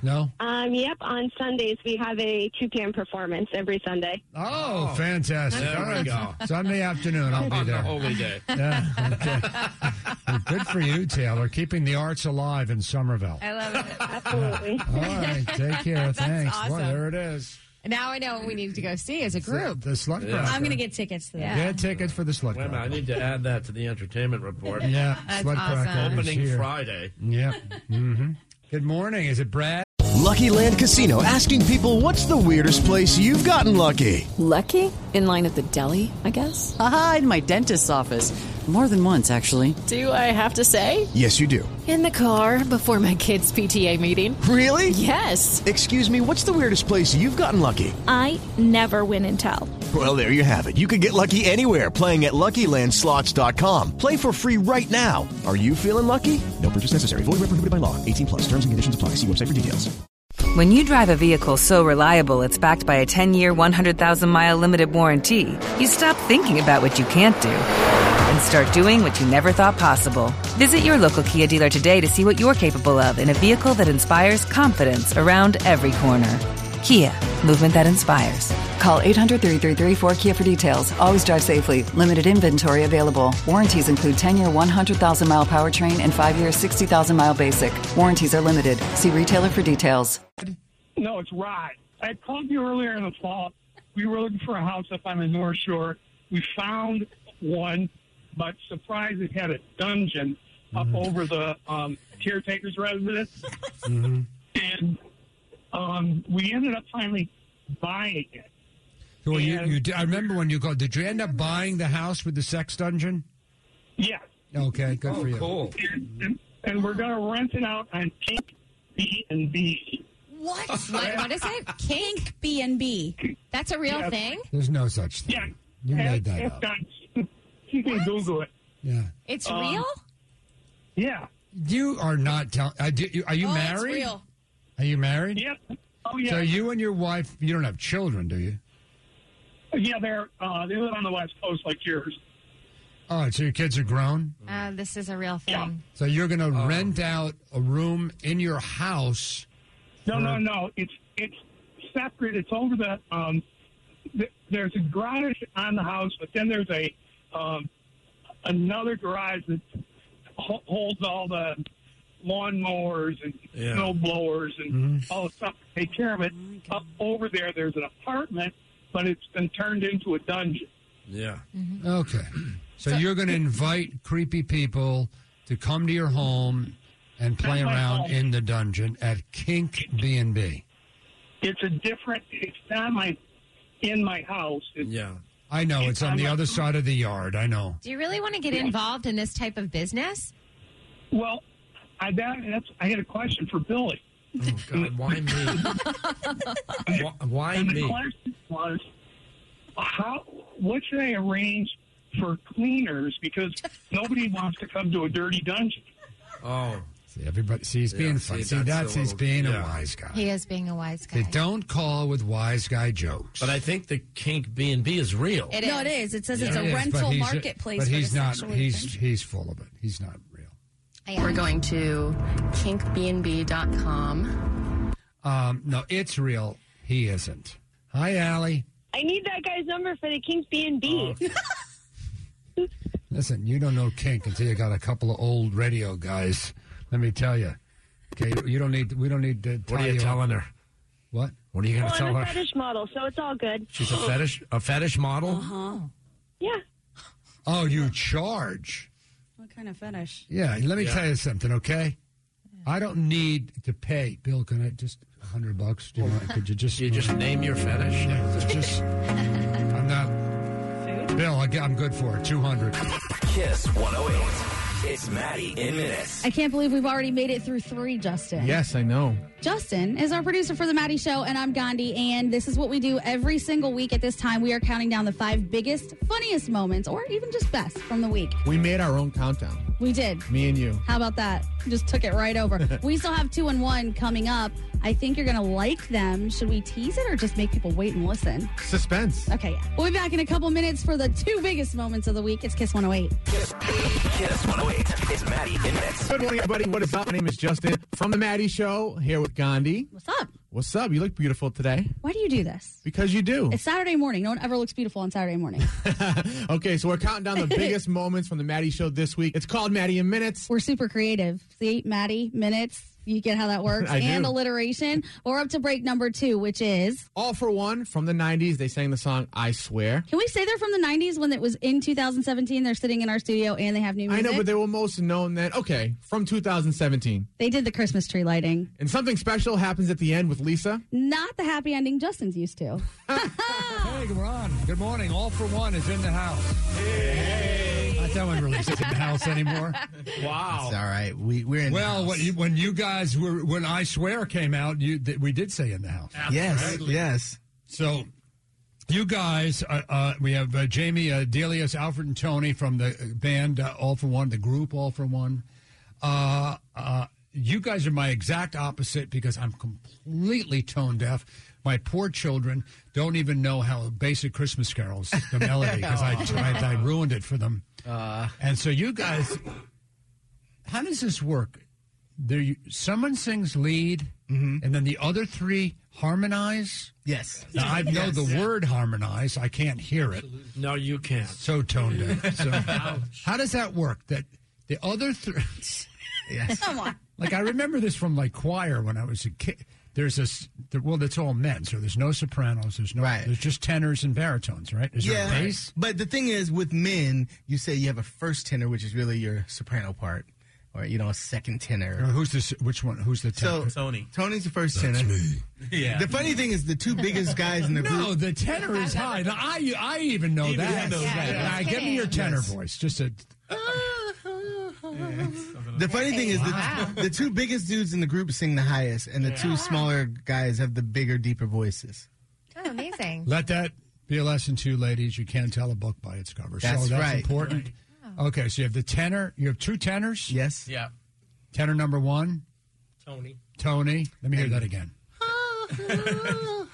Speaker 13: No?
Speaker 8: Um, yep, on Sundays we have a 2 p.m. performance every Sunday.
Speaker 13: Oh, fantastic.
Speaker 14: There
Speaker 13: All
Speaker 14: we
Speaker 13: right.
Speaker 14: go.
Speaker 13: Sunday afternoon, I'll be
Speaker 14: On the
Speaker 13: there.
Speaker 14: holy day.
Speaker 13: <laughs> Yeah, okay. Well, good for you, Taylor, keeping the arts alive in Somerville.
Speaker 17: I love it.
Speaker 8: <laughs> Absolutely.
Speaker 13: All right, take care.
Speaker 17: That's
Speaker 13: Thanks.
Speaker 17: awesome.
Speaker 13: Well, there <laughs> it is.
Speaker 17: Now I know what we need to go see as a group.
Speaker 13: The Slut Cracker.
Speaker 17: I'm
Speaker 1: gonna get tickets to
Speaker 17: that.
Speaker 13: Get tickets for the Slut
Speaker 14: Wait a
Speaker 13: Cracker.
Speaker 14: minute, I need to add that to the entertainment report.
Speaker 13: Yeah, Slut Cracker is
Speaker 14: Opening
Speaker 13: here.
Speaker 14: Friday.
Speaker 13: Yeah. Mm-hmm. Good morning. Is it Brad?
Speaker 22: Lucky Land Casino asking people what's the weirdest place you've gotten lucky?
Speaker 23: Lucky? In line at the deli, I guess? Aha, in my dentist's office. More than once, actually. Do I have to say?
Speaker 22: Yes, you do.
Speaker 23: In the car before my kids' PTA meeting.
Speaker 22: Really?
Speaker 23: Yes.
Speaker 22: Excuse me, what's the weirdest place you've gotten lucky?
Speaker 24: I never win and tell.
Speaker 22: Well, there you have it. You can get lucky anywhere playing at LuckyLandSlots.com. Play for free right now. Are you feeling lucky? No purchase necessary. Void where prohibited by law. 18 plus. Terms and conditions apply. See website for details.
Speaker 25: When you drive a vehicle so reliable it's backed by a 10 year, 100,000 mile limited warranty, you stop thinking about what you can't do and start doing what you never thought possible. Visit your local Kia dealer today to see what you're capable of in a vehicle that inspires confidence around every corner. Kia, movement that inspires.
Speaker 2: Call 800 333 4KIA for details. Always drive safely. Limited inventory available. Warranties include 10 year 100,000 mile powertrain and 5 year 60,000 mile basic. Warranties are limited. See retailer for details.
Speaker 26: No, it's Rod. I called you earlier in the fall. We were looking for a house up on the North Shore. We found one, but surprise, it had a dungeon up
Speaker 13: Mm-hmm.
Speaker 26: over the um, caretaker's residence.
Speaker 13: Mm-hmm.
Speaker 26: And um, we ended up finally buying it.
Speaker 13: So you, you, did- I remember when you called. Did you end up buying the house with the sex dungeon?
Speaker 26: Yes.
Speaker 13: Okay, good for you.
Speaker 14: Oh,
Speaker 26: And, and, and we're going to rent it out on Pink B and B.
Speaker 17: What? what? What is
Speaker 1: <laughs>
Speaker 17: it? Kink B and B. That's a real
Speaker 26: Yes.
Speaker 17: thing.
Speaker 13: There's no such thing. You made that up.
Speaker 26: You can Google it.
Speaker 13: Yeah.
Speaker 17: It's
Speaker 26: Um,
Speaker 17: real.
Speaker 26: Yeah.
Speaker 13: You are not telling. Are you are you
Speaker 17: Oh, it's
Speaker 13: married?
Speaker 17: real.
Speaker 13: Are you married?
Speaker 26: Yep. Oh
Speaker 13: yeah. So you and your wife, you don't have children, do you?
Speaker 26: Yeah, they're uh, they live on the west coast like yours.
Speaker 13: All right. Oh, So your kids are grown.
Speaker 17: Uh, this is a real thing.
Speaker 13: So you're going
Speaker 26: Oh.
Speaker 13: to rent out a room in your house.
Speaker 26: No,
Speaker 13: for-
Speaker 26: no, no. It's it's separate. It's over the um. Th- there's a garage on the house, but then there's a um another garage that ho- holds all the lawnmowers and
Speaker 4: Yeah.
Speaker 26: snow blowers and
Speaker 13: Mm-hmm.
Speaker 26: all the stuff to take care of it. Up over there, there's an apartment, but it's been turned into a dungeon.
Speaker 13: Yeah. Okay. <clears throat> So, you're going to invite creepy people to come to your home and play
Speaker 26: Not my
Speaker 13: around
Speaker 26: home.
Speaker 13: in the dungeon at Kink B and B.
Speaker 26: It's a different. It's not my in my house. It's,
Speaker 13: Yeah. I know it's on the other side of the yard. I know.
Speaker 17: Do you really want to get involved in this type of business?
Speaker 26: Well, I that, that's I had a question for Billy.
Speaker 14: Oh, God,
Speaker 13: <laughs>
Speaker 14: why me? Wh- why
Speaker 26: and the
Speaker 14: me?
Speaker 26: question was, how? What should I arrange for cleaners because nobody wants to come to a dirty dungeon?
Speaker 13: Oh. See, everybody, see, he's being funny. See, that's, he's being a wise guy.
Speaker 17: He is being a wise guy.
Speaker 13: They don't call with wise guy jokes.
Speaker 14: But I think the kink B and B is real.
Speaker 17: It
Speaker 1: no, it is. It says
Speaker 13: Yeah,
Speaker 1: it's a
Speaker 13: it is, but
Speaker 1: rental
Speaker 13: he's-
Speaker 1: marketplace.
Speaker 13: But
Speaker 1: for
Speaker 13: he's
Speaker 1: the
Speaker 13: not.
Speaker 1: sexual
Speaker 13: He's
Speaker 1: thing.
Speaker 13: he's full of it. He's not.
Speaker 27: We're going to kinkbnb.com.
Speaker 13: Um, no, it's real. He isn't. Hi, Allie.
Speaker 8: I need that guy's number for the King's B and B.
Speaker 13: Listen, you don't know kink until you got a couple of old radio guys. Let me tell you. Okay, you don't need. We don't need to. Tie
Speaker 14: What are you telling
Speaker 13: her? What?
Speaker 14: What are you going
Speaker 8: Well,
Speaker 14: to
Speaker 8: I'm
Speaker 14: tell
Speaker 8: a
Speaker 14: her?
Speaker 8: fetish model, so it's all good.
Speaker 14: She's a fetish, a fetish model.
Speaker 8: Uh-huh. Yeah.
Speaker 13: Oh, you charge?
Speaker 1: What kind of fetish?
Speaker 13: Yeah. Let me
Speaker 1: Yeah.
Speaker 13: tell you something, okay? I don't need to pay. Bill, can I just a hundred bucks? Do you mind? Could you just? <laughs>
Speaker 14: You just name your fetish.
Speaker 13: Yeah, just. I'm not. Bill, I, I'm good for it. Two hundred.
Speaker 11: Kiss 108. It's Maddie in minutes.
Speaker 1: I can't believe we've already made it through three, Justin.
Speaker 12: Yes, I know.
Speaker 1: Justin is our producer for The Maddie Show, and I'm Gandhi. And this is what we do every single week at this time. We are counting down the five biggest, funniest moments, or even just best from the week.
Speaker 12: We made our own countdown.
Speaker 1: We did.
Speaker 12: Me and you.
Speaker 1: How about that? Just took it right over.
Speaker 12: <laughs>
Speaker 1: we still have two and one coming up. I think you're going to like them. Should we tease it or just make people wait and listen?
Speaker 12: Suspense.
Speaker 1: Okay, yeah. We'll be back in a couple minutes for the two biggest moments of the week. It's Kiss 108.
Speaker 11: Kiss 108. It's Maddie in minutes.
Speaker 12: Good morning, everybody. What is up? My name is Justin from The Maddie Show here with Gandhi. What's
Speaker 1: up?
Speaker 12: What's up? You look beautiful today.
Speaker 1: Why do you do this?
Speaker 12: Because you do.
Speaker 1: It's Saturday morning. No one ever looks beautiful on Saturday morning.
Speaker 12: Okay, so we're counting down the biggest moments from The Maddie Show this week. It's called Maddie in Minutes.
Speaker 1: We're super creative. See, Maddie, minutes. You get how that
Speaker 12: <laughs>
Speaker 1: works.
Speaker 12: I
Speaker 1: and
Speaker 12: do.
Speaker 1: alliteration. We're up to break number two, which is.
Speaker 12: All for One from the 90s. They sang the song I Swear.
Speaker 1: Can we say they're from the 90s when it was in 2017? They're sitting in our studio and they have new
Speaker 12: I
Speaker 1: music.
Speaker 12: know, but they were most known then. Okay, from 2017.
Speaker 1: They did the Christmas tree lighting.
Speaker 12: And something special happens at the end with Lisa.
Speaker 1: Not the happy ending Justin's used to.
Speaker 13: Hey, Ron. Good morning. All for one is in the house. Not that one really sits in the house anymore.
Speaker 12: <laughs> Wow.
Speaker 13: all right. We we're
Speaker 6: in the
Speaker 13: Well, when, you, when you guys were when I swear came out, you th- we did say in the house.
Speaker 6: Yes, yes.
Speaker 13: So you guys, uh, uh, we have uh, Jamie, uh, Delius, Alfred, and Tony from the band uh, All for One, the group All for One. Uh, uh, you guys are my exact opposite because I'm completely tone deaf. My poor children don't even know how basic Christmas carols, the melody, because I
Speaker 6: Aw.
Speaker 13: tried, I ruined it for them. and so you guys, how does this work? There, you, someone sings lead, and then the other three harmonize. Yes, now, I know
Speaker 14: Yes.
Speaker 13: the
Speaker 14: Yeah.
Speaker 13: word harmonize. I can't hear it.
Speaker 14: No, you can't.
Speaker 13: So tone deaf. So how does that work? That the other three.
Speaker 28: Come on.
Speaker 13: Like I remember this from like choir when I was a kid. There's this there, well, it's all men, so there's no sopranos. There's no. There's just tenors and baritones, right? Is there a
Speaker 29: yeah,
Speaker 13: bass?
Speaker 29: but the thing is, with men, you say you have a first tenor, which is really your soprano part, or you know, a second tenor.
Speaker 13: Or who's this? Which one? Who's the
Speaker 29: So
Speaker 13: tenor?
Speaker 29: Tony, Tony's the first tenor.
Speaker 13: Yeah.
Speaker 29: The funny thing is, the two biggest guys in the
Speaker 13: no,
Speaker 29: group.
Speaker 13: the tenor is high. Now, I I even know
Speaker 29: Even
Speaker 13: that.
Speaker 29: he knows that.
Speaker 13: Now,
Speaker 29: Yes.
Speaker 13: give me your tenor
Speaker 29: Yes.
Speaker 13: voice. Just a
Speaker 29: The funny thing is,
Speaker 13: Wow.
Speaker 29: the, the two biggest dudes in the group sing the highest, and the two smaller guys have the bigger, deeper voices.
Speaker 10: Oh, amazing.
Speaker 13: let that be a lesson to you, ladies. You can't tell a book by its cover.
Speaker 29: That's
Speaker 13: so that's
Speaker 29: right.
Speaker 13: important. Okay, so you have the tenor. You have two tenors.
Speaker 29: Yes.
Speaker 12: Yeah.
Speaker 13: Tenor number one,
Speaker 12: Tony.
Speaker 13: Tony. Let me hear that again.
Speaker 12: I feel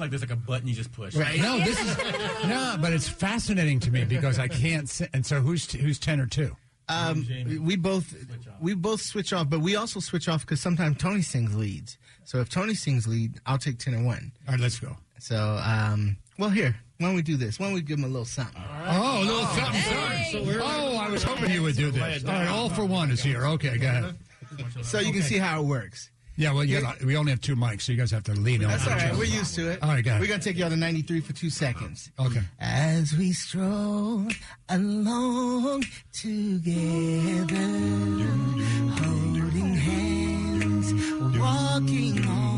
Speaker 12: like there's like a button you just push.
Speaker 13: Right. No, this is no, but it's fascinating to me because I can't. Say, and so who's who's tenor two?
Speaker 29: Um, we both we both switch off, but we also switch off because sometimes Tony sings leads. So if Tony sings lead, I'll take tenor one.
Speaker 13: All right, let's go.
Speaker 29: So, um, well, here, why don't we do this? Why don't we give him a little something?
Speaker 13: Oh, a little something. Sorry. Oh, I was hoping you would do this. All right, all for one is here. Okay, go ahead.
Speaker 29: So you can
Speaker 13: Okay.
Speaker 29: see how it works.
Speaker 13: Yeah, well, you gotta, we only have two mics, so you guys have to lean on.
Speaker 29: That's
Speaker 13: each
Speaker 29: all right.
Speaker 13: other.
Speaker 29: We're used to it.
Speaker 13: All right, got it.
Speaker 29: We're gonna take y'all to ninety three for two seconds.
Speaker 13: Okay.
Speaker 29: As we stroll along together, holding hands, walking all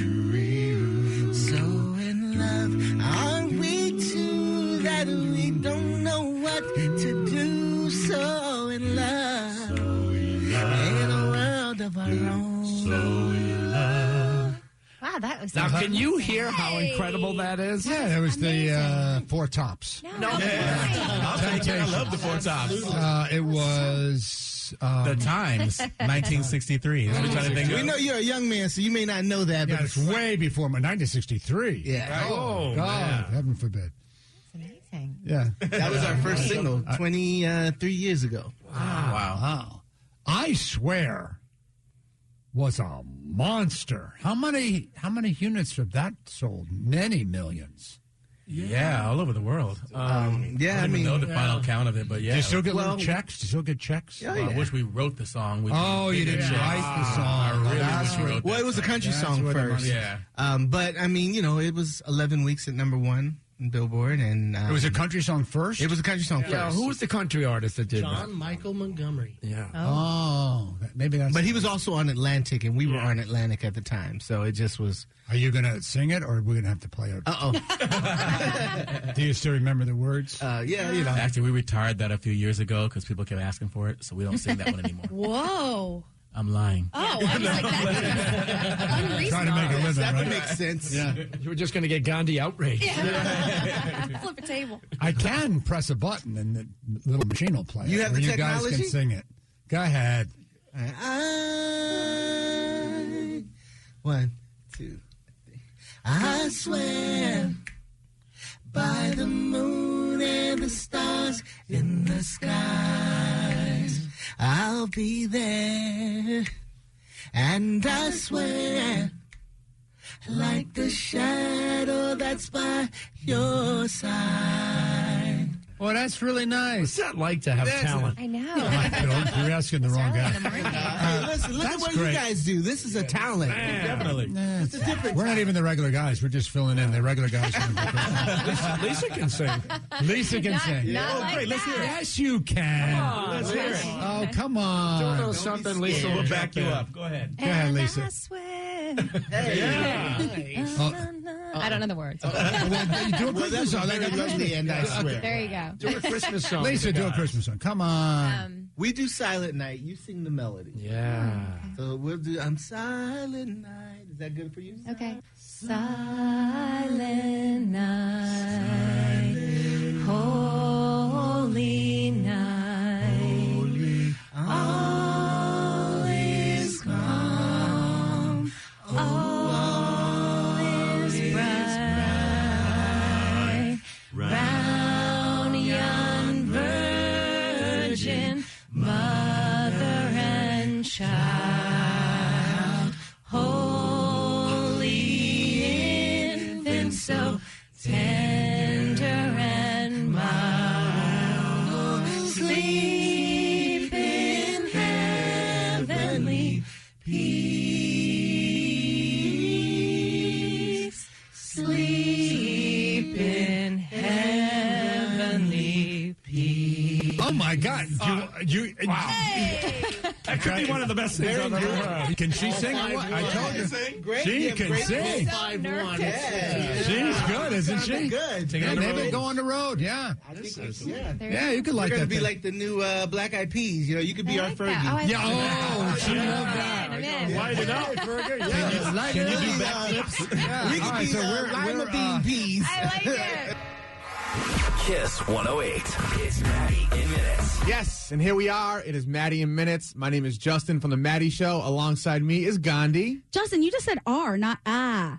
Speaker 29: alone, so in love are we two that we don't know what to do. So in love, in a world of our own. So in love.
Speaker 10: Wow, that was
Speaker 14: Now, can you hear how incredible that is?
Speaker 13: Yeah, that was the uh, Four Tops.
Speaker 14: No,
Speaker 12: I'll take it. I love the four tops.
Speaker 13: Uh, it was um,
Speaker 12: The Times,
Speaker 14: <laughs>
Speaker 12: 1963. That's what I'm trying to think
Speaker 29: We
Speaker 12: of.
Speaker 29: know you're a young man, so you may not know that,
Speaker 13: Yeah,
Speaker 29: but
Speaker 13: it's way before my 1963.
Speaker 29: Yeah.
Speaker 13: Oh,
Speaker 29: Oh,
Speaker 13: God, heaven forbid. Yeah.
Speaker 29: that was our first single 23 years ago.
Speaker 13: Wow. wow. I swear was a monster. How many how many units have that sold? Many millions.
Speaker 12: Yeah, all over the world. Um,
Speaker 29: yeah,
Speaker 12: I
Speaker 29: I
Speaker 12: don't even
Speaker 29: mean-
Speaker 12: know
Speaker 14: uh,
Speaker 12: the final
Speaker 29: Yeah.
Speaker 12: count of it, but yeah.
Speaker 13: Do you still get
Speaker 12: Well,
Speaker 13: little checks? Do you still get checks?
Speaker 12: well, I wish we wrote the song. We
Speaker 13: Oh, you
Speaker 12: did
Speaker 13: didn't
Speaker 12: checks.
Speaker 13: write the song.
Speaker 12: I really
Speaker 13: That's
Speaker 12: wish we
Speaker 13: where-
Speaker 12: wrote that
Speaker 29: Well, it was a
Speaker 12: song.
Speaker 29: country
Speaker 12: That's
Speaker 29: song
Speaker 12: where the money-
Speaker 29: first.
Speaker 12: Yeah.
Speaker 29: Um, but, I mean, you know, it was 11 weeks at number one in Billboard. and um,
Speaker 13: It was a country song first?
Speaker 29: It was a country song
Speaker 14: Yeah,
Speaker 29: first.
Speaker 14: who was the country artist that did
Speaker 29: John
Speaker 14: that?
Speaker 12: Michael Montgomery.
Speaker 14: Yeah.
Speaker 13: Oh, that- maybe that's.
Speaker 29: But he was also on Atlantic, and we were on Atlantic at the time, so it just was.
Speaker 13: Are you going to sing it or are we going to have to play it?
Speaker 29: Uh
Speaker 13: <laughs> Do you still remember the words?
Speaker 29: Uh, yeah, you know.
Speaker 12: Actually, we retired that a few years ago because people kept asking for it, so we don't sing that one anymore.
Speaker 1: <laughs>
Speaker 10: Whoa.
Speaker 12: I'm lying.
Speaker 10: Oh, I was like,
Speaker 1: <laughs>
Speaker 10: that's
Speaker 13: Trying to make a living,
Speaker 29: That
Speaker 13: right?
Speaker 29: would make sense.
Speaker 13: Yeah.
Speaker 14: You were just going to get Gandhi outraged.
Speaker 28: Flip a table.
Speaker 13: <laughs> I can press a button and the little machine will play.
Speaker 29: You
Speaker 13: it,
Speaker 29: have
Speaker 13: or
Speaker 29: the
Speaker 13: you guys
Speaker 29: technology?
Speaker 13: can sing it. Go ahead.
Speaker 29: I, one, two, three. I swear by the moon and the stars in the skies, I'll be there. And I swear, like the shadow that's by your side.
Speaker 13: Well, that's really
Speaker 14: What's
Speaker 13: nice.
Speaker 14: that like to have
Speaker 29: That's-
Speaker 13: <laughs>
Speaker 14: talent?
Speaker 10: I know.
Speaker 13: Bill, you're asking the wrong guy.
Speaker 29: Hey, listen, look at
Speaker 13: that's
Speaker 29: what
Speaker 13: great.
Speaker 29: you guys do. This is a talent.
Speaker 12: Definitely.
Speaker 13: Nah, it's- We're not even the regular guys. We're just filling in. The regular guys.
Speaker 14: Lisa, Lisa can sing.
Speaker 13: Lisa can
Speaker 10: Not-
Speaker 13: sing.
Speaker 10: not Oh, like great, let's that. hear it.
Speaker 13: Yes, you can.
Speaker 14: Let's hear it.
Speaker 13: Oh, come
Speaker 14: Do a
Speaker 13: on.
Speaker 14: little something, Lisa will
Speaker 12: back
Speaker 14: jump
Speaker 12: you
Speaker 14: in.
Speaker 12: up. Go ahead.
Speaker 13: Go ahead, Lisa. Oh.
Speaker 10: I don't know the words.
Speaker 13: Well, do a Christmas song. Like a Christmas-
Speaker 29: and I swear.
Speaker 10: There you go.
Speaker 14: Do a Christmas song.
Speaker 13: Lisa,
Speaker 14: with the
Speaker 13: do a
Speaker 14: guys.
Speaker 13: Christmas song. Come on.
Speaker 29: We do Silent Night. You sing the melody.
Speaker 14: Yeah.
Speaker 29: So Uh, we'll do I'm Silent Night. Is that good for you?
Speaker 10: Okay. Silent night, holy night, all is calm, all is bright, round yon virgin, mother and child.
Speaker 29: Tender and mild. Sleep in heavenly peace. Sleep in heavenly peace.
Speaker 13: Oh my God! You,
Speaker 18: Uh,
Speaker 13: you,
Speaker 14: That could be one of the best things I've ever heard.
Speaker 13: Can she sing? I told you, she can sing. She's good, isn't she?
Speaker 18: Good.
Speaker 13: Yeah, maybe go on the road. Yeah.
Speaker 18: I think it's- yeah.
Speaker 13: Yeah, you could like
Speaker 18: We're gonna
Speaker 13: that
Speaker 18: be
Speaker 13: thing.
Speaker 18: like the new uh, Black Eyed Peas. You know, you could be our Fergie.
Speaker 13: I Yeah, like that. oh, she loved
Speaker 18: that.
Speaker 13: Light it up, Fergie. Yeah.
Speaker 18: Can you- can you do <laughs>
Speaker 13: backflips?
Speaker 18: We could
Speaker 13: All right,
Speaker 18: be
Speaker 13: so
Speaker 18: uh,
Speaker 13: we're-
Speaker 18: lima
Speaker 13: we're,
Speaker 18: bean
Speaker 13: uh,
Speaker 18: peas.
Speaker 11: Kiss 108. It's Maddie in minutes.
Speaker 12: Yes, and here we are. It is Maddie in minutes. My name is Justin from the Maddie Show. Alongside me is Gandhi.
Speaker 1: Justin, you just said R, not ah.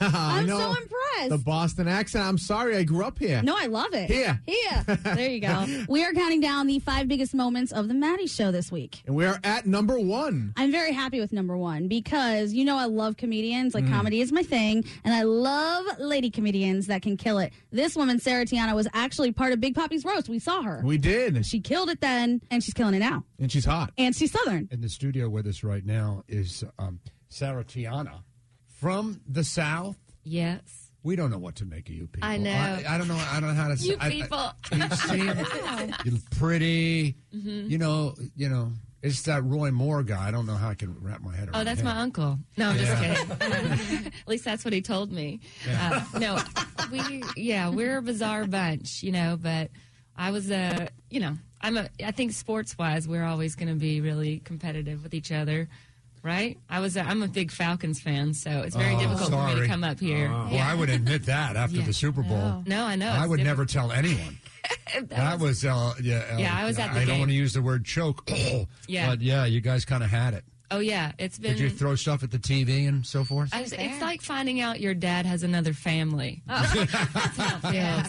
Speaker 12: I'm
Speaker 1: so impressed.
Speaker 12: The Boston accent. I'm sorry, I grew up here.
Speaker 1: No, I love it.
Speaker 12: Here.
Speaker 1: Here. There you go.
Speaker 12: <laughs>
Speaker 1: we are counting down the five biggest moments of the Maddie show this week.
Speaker 12: And we are at number one.
Speaker 1: I'm very happy with number one because you know I love comedians.
Speaker 12: Mm.
Speaker 1: Like comedy is my thing, and I love lady comedians that can kill it. This woman, Sarah Tiana, was actually part of Big Poppy's roast. We saw her.
Speaker 12: We did.
Speaker 1: She killed it then, and she's killing it now.
Speaker 12: And she's hot.
Speaker 1: And she's Southern.
Speaker 13: In the studio with us right now is um, Sarah Tiana from the South.
Speaker 27: Yes.
Speaker 13: We don't know what to make of you people.
Speaker 27: I know.
Speaker 13: I, I don't know. I don't know how to.
Speaker 27: You
Speaker 13: I- I-
Speaker 27: people.
Speaker 13: you
Speaker 27: <laughs>
Speaker 13: seem you're pretty.
Speaker 27: Mhm.
Speaker 13: You know. You know. It's that Roy Moore guy. I don't know how I can wrap my head around.
Speaker 27: Oh, that's
Speaker 13: him.
Speaker 27: my uncle. No, I'm
Speaker 13: Yeah.
Speaker 27: just kidding. <laughs> At least that's what he told me.
Speaker 13: Yeah.
Speaker 27: Uh, no, we yeah we're a bizarre bunch, you know. But I was a you know I'm a I think sports wise we're always going to be really competitive with each other, right? I was a, I'm a big Falcons fan, so it's very
Speaker 13: Oh,
Speaker 27: difficult for me
Speaker 13: sorry.
Speaker 27: to come up here.
Speaker 13: Oh.
Speaker 27: Yeah.
Speaker 13: Well, I would admit that after
Speaker 27: Yeah.
Speaker 13: the Super Bowl.
Speaker 27: No, I know.
Speaker 13: I
Speaker 27: It's
Speaker 13: would
Speaker 27: difficult.
Speaker 13: never
Speaker 27: <laughs>
Speaker 13: tell anyone.
Speaker 27: That
Speaker 13: That was, uh, yeah. uh,
Speaker 27: Yeah, I was at the
Speaker 13: I don't
Speaker 27: game.
Speaker 13: want to use the word choke. <clears throat>
Speaker 27: Yeah.
Speaker 13: But yeah, you guys kind of had it.
Speaker 27: Oh yeah, it's been.
Speaker 13: Did you throw stuff at the TV and so forth?
Speaker 27: I- it's like finding out your dad has another
Speaker 13: <laughs>
Speaker 27: family.
Speaker 13: Yeah.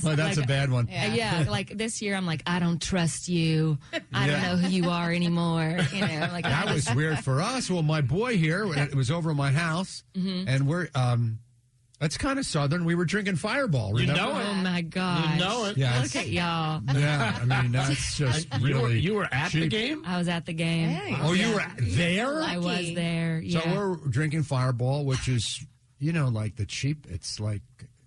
Speaker 13: Well,
Speaker 27: Like-
Speaker 13: that's
Speaker 27: uh,
Speaker 13: a bad one.
Speaker 27: Yeah. like this year, I'm like, I don't trust you. I don't know who you are anymore. You know, like
Speaker 13: that was weird for us. Well, my boy here, it was over at my house,
Speaker 27: Mhm.
Speaker 13: and we're um, that's kind of southern. We were drinking Fireball.
Speaker 27: You
Speaker 13: Remember?
Speaker 27: know it. Oh, my gosh. You know it.
Speaker 13: Yeah,
Speaker 27: Look at y'all.
Speaker 13: Yeah, I mean that's just
Speaker 27: You
Speaker 13: really.
Speaker 27: were-
Speaker 14: you were at the
Speaker 13: cheap.
Speaker 14: game?
Speaker 27: I was at the game.
Speaker 13: Oh, you were there.
Speaker 27: I was there. Yeah.
Speaker 13: So we're drinking Fireball, which is you know like the cheap. It's like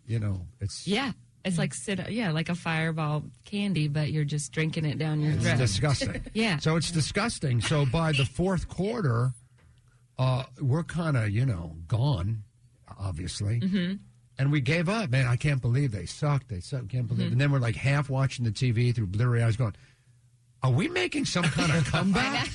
Speaker 13: you know it's
Speaker 27: yeah. It's like sit, yeah, like a fireball candy, but you're just drinking it down your
Speaker 13: It's
Speaker 27: throat.
Speaker 13: disgusting.
Speaker 27: <laughs> yeah.
Speaker 13: So it's disgusting. So by the fourth quarter, uh, we're kind of you know gone, obviously,
Speaker 27: Mhm.
Speaker 13: and we gave up. Man, I can't believe they sucked. They sucked. Can't believe.
Speaker 27: Mhm.
Speaker 13: And then we're like half watching the TV through blurry eyes, going, "Are we making some kind
Speaker 27: <laughs>
Speaker 13: of comeback?"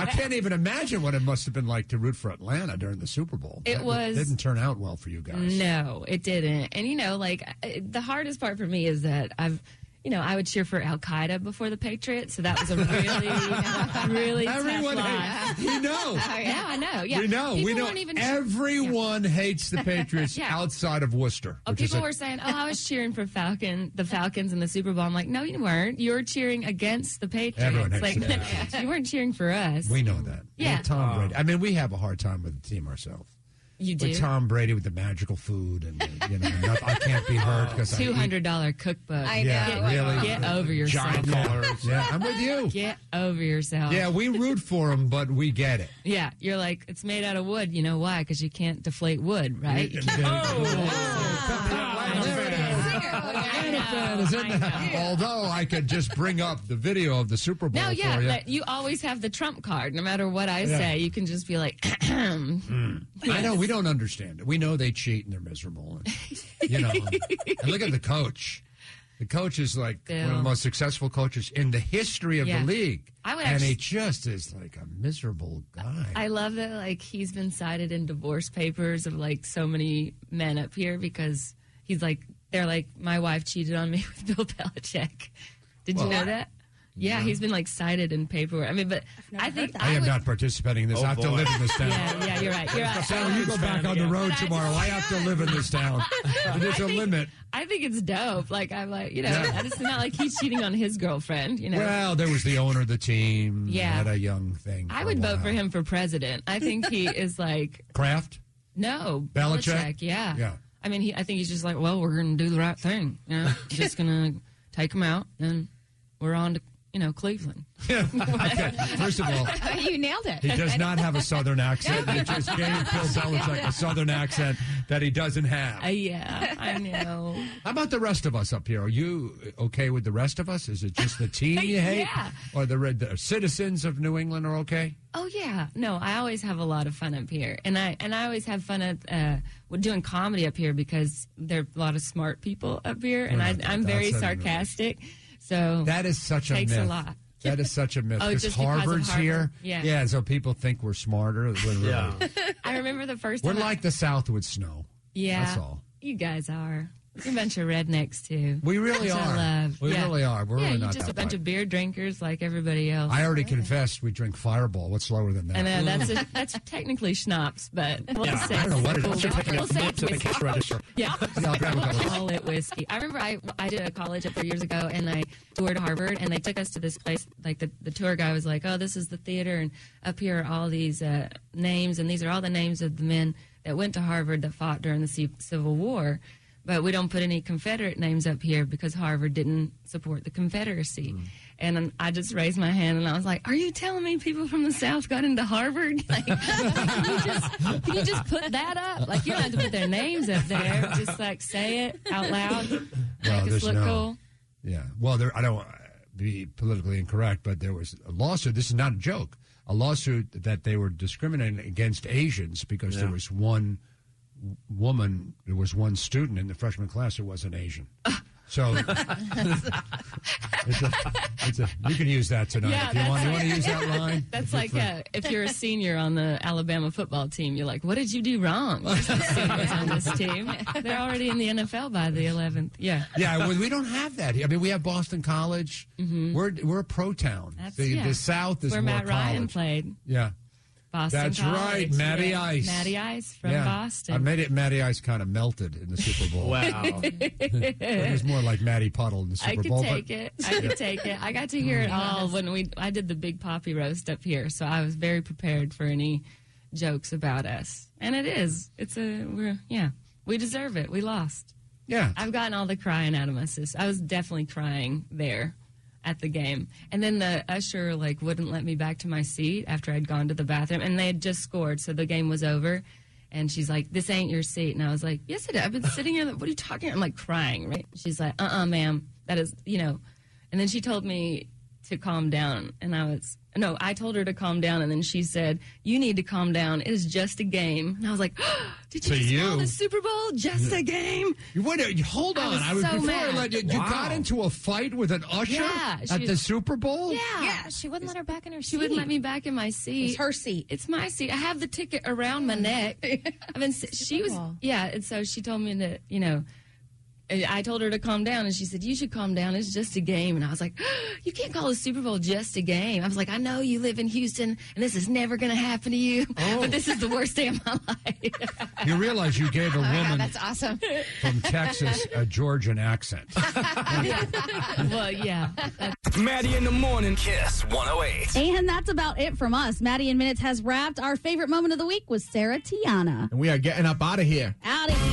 Speaker 13: I can't even imagine what it must have been like to root for Atlanta during the Super Bowl.
Speaker 27: It
Speaker 13: That
Speaker 27: was-
Speaker 13: didn't turn out well for you guys.
Speaker 27: No, it didn't. And you know, like I- the hardest part for me is that I've, you know, I would cheer for Al Qaeda before the Patriots, so that was a
Speaker 13: <laughs>
Speaker 27: really, really
Speaker 13: Everyone
Speaker 27: tough
Speaker 13: hates-
Speaker 27: life.
Speaker 13: you know.
Speaker 27: Oh, yeah, <laughs> I know. Yeah,
Speaker 13: We know.
Speaker 27: People
Speaker 13: we know.
Speaker 27: weren't Even,
Speaker 13: Everyone
Speaker 27: <laughs>
Speaker 13: hates the Patriots
Speaker 27: Yeah.
Speaker 13: outside of Worcester.
Speaker 27: oh,
Speaker 13: which is
Speaker 27: people
Speaker 13: a-
Speaker 27: were saying, "Oh, I was cheering for Falcon, the Falcons in the Super Bowl." I'm like, "No, you weren't. You were cheering against the Patriots.
Speaker 13: Everyone hates
Speaker 27: like,
Speaker 13: the
Speaker 27: <laughs>
Speaker 13: Patriots.
Speaker 27: you weren't cheering for us."
Speaker 13: We know that.
Speaker 27: Yeah.
Speaker 13: We're Tom Brady. I mean, we have a hard time with the team ourselves.
Speaker 27: You do.
Speaker 13: With Tom Brady with the magical food and the, you know, noth- I can't be hurt because
Speaker 27: Two hundred dollar cookbook.
Speaker 13: I Yeah, know. really.
Speaker 27: Get over yourself. <laughs>
Speaker 13: Giant colors. Yeah, I'm with you.
Speaker 27: Get over yourself.
Speaker 13: Yeah, we root for him, but we get
Speaker 27: <laughs>
Speaker 13: it.
Speaker 27: Yeah, you're like it's made out of wood. You know why? Because you can't deflate wood, right? You can't-
Speaker 13: Fan is in the- <laughs> Although I could just bring up the video of the Super Bowl
Speaker 27: No, yeah,
Speaker 13: for you.
Speaker 27: but you always have the trump card. No matter what I
Speaker 13: Yeah.
Speaker 27: say, you can just be like, <clears throat>
Speaker 13: Mm. I know we don't understand it. We know they cheat and they're miserable. And,
Speaker 27: <laughs>
Speaker 13: you know, and look at the coach. The coach is like one of
Speaker 27: Bill.
Speaker 13: the most successful coaches in the history of
Speaker 27: Yeah.
Speaker 13: the league.
Speaker 27: I would
Speaker 13: and
Speaker 27: actually-
Speaker 13: he just is like a miserable guy.
Speaker 27: I love that. Like he's been cited in divorce papers of like so many men up here because he's like they're like my wife cheated on me <laughs> with Bill Belichick. Did
Speaker 13: Well,
Speaker 27: you know that? Yeah, he's been like cited in paperwork. I mean, but I think
Speaker 13: I am
Speaker 27: would-
Speaker 13: not participating in this.
Speaker 11: Oh,
Speaker 13: I have to
Speaker 11: boy.
Speaker 13: live in this
Speaker 27: <laughs>
Speaker 13: town.
Speaker 27: Yeah, yeah, you're right. You're right.
Speaker 13: Sal, you go back on the road tomorrow. I have to live in this
Speaker 27: <laughs>
Speaker 13: town. There's a limit.
Speaker 27: I think it's dope. Like I'm like you know,
Speaker 13: Yeah.
Speaker 27: it's not like he's cheating on his girlfriend. You know,
Speaker 13: Well, there was the owner of the team.
Speaker 27: Yeah.
Speaker 13: Had a young thing.
Speaker 27: I
Speaker 13: for a
Speaker 27: would vote
Speaker 13: while.
Speaker 27: for
Speaker 13: <laughs>
Speaker 27: him for president. I think he is like <laughs>
Speaker 13: Kraft? <laughs>
Speaker 27: no
Speaker 13: Belichick?
Speaker 27: Yeah,
Speaker 13: Yeah.
Speaker 27: I mean, he, I think he's just like, well, we're going to do the right thing. You
Speaker 13: <laughs>
Speaker 27: know, just going to take him out, and we're on to you know Cleveland.
Speaker 13: okay. First of all,
Speaker 17: you nailed it.
Speaker 13: he does not have a southern accent.
Speaker 27: <laughs>
Speaker 13: You just gave Bill Belichick a southern accent that he doesn't have.
Speaker 27: Uh, yeah, I know.
Speaker 17: <laughs>
Speaker 13: How about the rest of us up here? Are you okay with the rest of us? Is it just the team you
Speaker 27: <laughs>
Speaker 13: hate,
Speaker 27: Yeah.
Speaker 13: or the, red- the citizens of New England are okay?
Speaker 27: Oh yeah, no, I always have a lot of fun up here, and I and I always have fun at uh, with doing comedy up here because there are a lot of smart people up here, and
Speaker 13: We're
Speaker 27: I,
Speaker 13: not that-
Speaker 27: I'm very
Speaker 13: that's not enough.
Speaker 27: sarcastic. So
Speaker 13: That is such a
Speaker 27: takes
Speaker 13: myth.
Speaker 27: a lot.
Speaker 13: That is such a myth.
Speaker 27: Oh,
Speaker 13: 'Cause
Speaker 27: just because of
Speaker 13: Harvard's
Speaker 27: Harvard.
Speaker 13: here.
Speaker 27: Yeah.
Speaker 13: yeah, so people think we're smarter. We're, really-
Speaker 27: Yeah. I remember the first
Speaker 13: we're
Speaker 27: time. I-
Speaker 13: like the South with snow.
Speaker 27: yeah,
Speaker 13: That's all.
Speaker 27: You guys are. You're a bunch of rednecks too.
Speaker 13: We really
Speaker 27: Which I
Speaker 13: are.
Speaker 27: love.
Speaker 13: We
Speaker 27: Yeah.
Speaker 13: really are. We're
Speaker 27: yeah,
Speaker 13: really
Speaker 27: you're
Speaker 13: not
Speaker 27: just
Speaker 13: that
Speaker 27: a bunch
Speaker 13: bad.
Speaker 27: of beer drinkers like everybody else.
Speaker 13: I already confessed we drink Fireball. What's lower than that?
Speaker 27: I know
Speaker 13: <laughs>
Speaker 27: that's a, that's technically schnapps, but we'll
Speaker 13: Yeah,
Speaker 27: say
Speaker 13: I don't know what it is.
Speaker 27: we'll-
Speaker 13: Should take a
Speaker 27: we'll say
Speaker 13: nip to the cash register.
Speaker 27: Yeah,
Speaker 13: Yeah, I'll grab a couple.
Speaker 27: call it whiskey. I remember I I did a college up four years ago, and I toured Harvard, and they took us to this place. Like the the tour guy was like, "Oh, this is the theater, and up here are all these uh, names, and these are all the names of the men that went to Harvard that fought during the C- Civil War." But we don't put any Confederate names up here because Harvard didn't support the Confederacy. And um, I just raised my hand and I was like, Are you telling me people from the South got into Harvard? Like, can, you just, can you just put that up? Like, you don't have to put their names up there. Just like say it out loud.
Speaker 13: Well,
Speaker 27: Make us
Speaker 13: there's
Speaker 27: look
Speaker 13: no-
Speaker 27: cool.
Speaker 13: Yeah. Well, there, I don't want to be politically incorrect, but there was a lawsuit. This is not a joke. A lawsuit that they were discriminating against Asians because there
Speaker 19: Yeah.
Speaker 13: was one w- woman, there was one student in the freshman class who was an Asian. So it's a, it's a, you can use that tonight if you want. You want to use that line?
Speaker 27: That's like uh, if you're a senior on the Alabama football team, you're like, what did you do wrong? There's <laughs> no seniors on this team. They're already in the NFL by the 11th. Yeah.
Speaker 13: yeah, well, we don't have that. here. I mean, we have Boston College. We're we're a pro town.
Speaker 27: Mm-hmm. That's-
Speaker 13: The,
Speaker 27: yeah.
Speaker 13: the South is
Speaker 27: Where
Speaker 13: more
Speaker 27: Matt Ryan
Speaker 13: college.
Speaker 27: played.
Speaker 13: Yeah.
Speaker 27: Boston
Speaker 13: That's
Speaker 27: College.
Speaker 13: right, Matty
Speaker 27: Yeah.
Speaker 13: Ice.
Speaker 27: Matty Ice from
Speaker 13: Yeah.
Speaker 27: Boston.
Speaker 13: I made it. Matty Ice kind of melted in the Super Bowl. <laughs> it was more like Matty Puddle in the Super
Speaker 27: I could
Speaker 13: Bowl. but-
Speaker 27: take it. I could take it. I got to hear it all Mm. when we I did the big poppy roast up here, so I was very prepared for any jokes about us. And it is. It's a we're yeah. We deserve it. We lost.
Speaker 13: Yeah.
Speaker 27: I've gotten all the crying out of my sister. I was definitely crying there at the game. And then the usher like wouldn't let me back to my seat after I'd gone to the bathroom and they had just scored, so the game was over. And she's like, "This ain't your seat." And I was like, "Yes, it is. I've been sitting here. What are you talking?" I'm like crying, right? She's like, "Uh, uh ma'am, that is, you know." And then she told me to calm down, and I was no, I told her to calm down, and then she said, "You need to calm down. It is just a game." And I was like, <gasps> "Did you
Speaker 13: To
Speaker 27: just call
Speaker 13: you.
Speaker 27: the Super Bowl just a game?"
Speaker 13: You wait. a- you- Hold
Speaker 27: I
Speaker 13: on.
Speaker 27: was
Speaker 13: I was,
Speaker 27: so
Speaker 13: before I
Speaker 27: mad.
Speaker 13: let you. You
Speaker 27: Wow.
Speaker 13: got into a fight with an usher
Speaker 27: Yeah, she
Speaker 13: at the
Speaker 27: was-
Speaker 13: Super Bowl.
Speaker 27: Yeah.
Speaker 17: Yeah, she wouldn't let her back in her
Speaker 27: She wouldn't
Speaker 17: seat.
Speaker 27: let me back in my seat.
Speaker 17: It's her seat.
Speaker 27: It's my seat. I have the ticket around my neck.
Speaker 17: <laughs>
Speaker 27: I mean, she was, yeah. And so she told me that, you know, I I told her to calm down, and she said, "You should calm down. It's just a game." And I was like, <gasps> "You can't call the Super Bowl just a game." I was like, "I know you live in Houston, and this is never going to happen to you, but this is the worst day of my <laughs> life."
Speaker 13: You realize you
Speaker 27: <laughs>
Speaker 13: gave a woman
Speaker 27: awesome.
Speaker 13: from Texas a Georgian accent.
Speaker 27: well, yeah.
Speaker 11: Maddie in the morning. Kiss 108.
Speaker 1: And that's about it from us. Maddie in Minutes has wrapped. Our favorite moment of the week was Sarah Tiana.
Speaker 12: And we are getting up out of here.
Speaker 1: Out of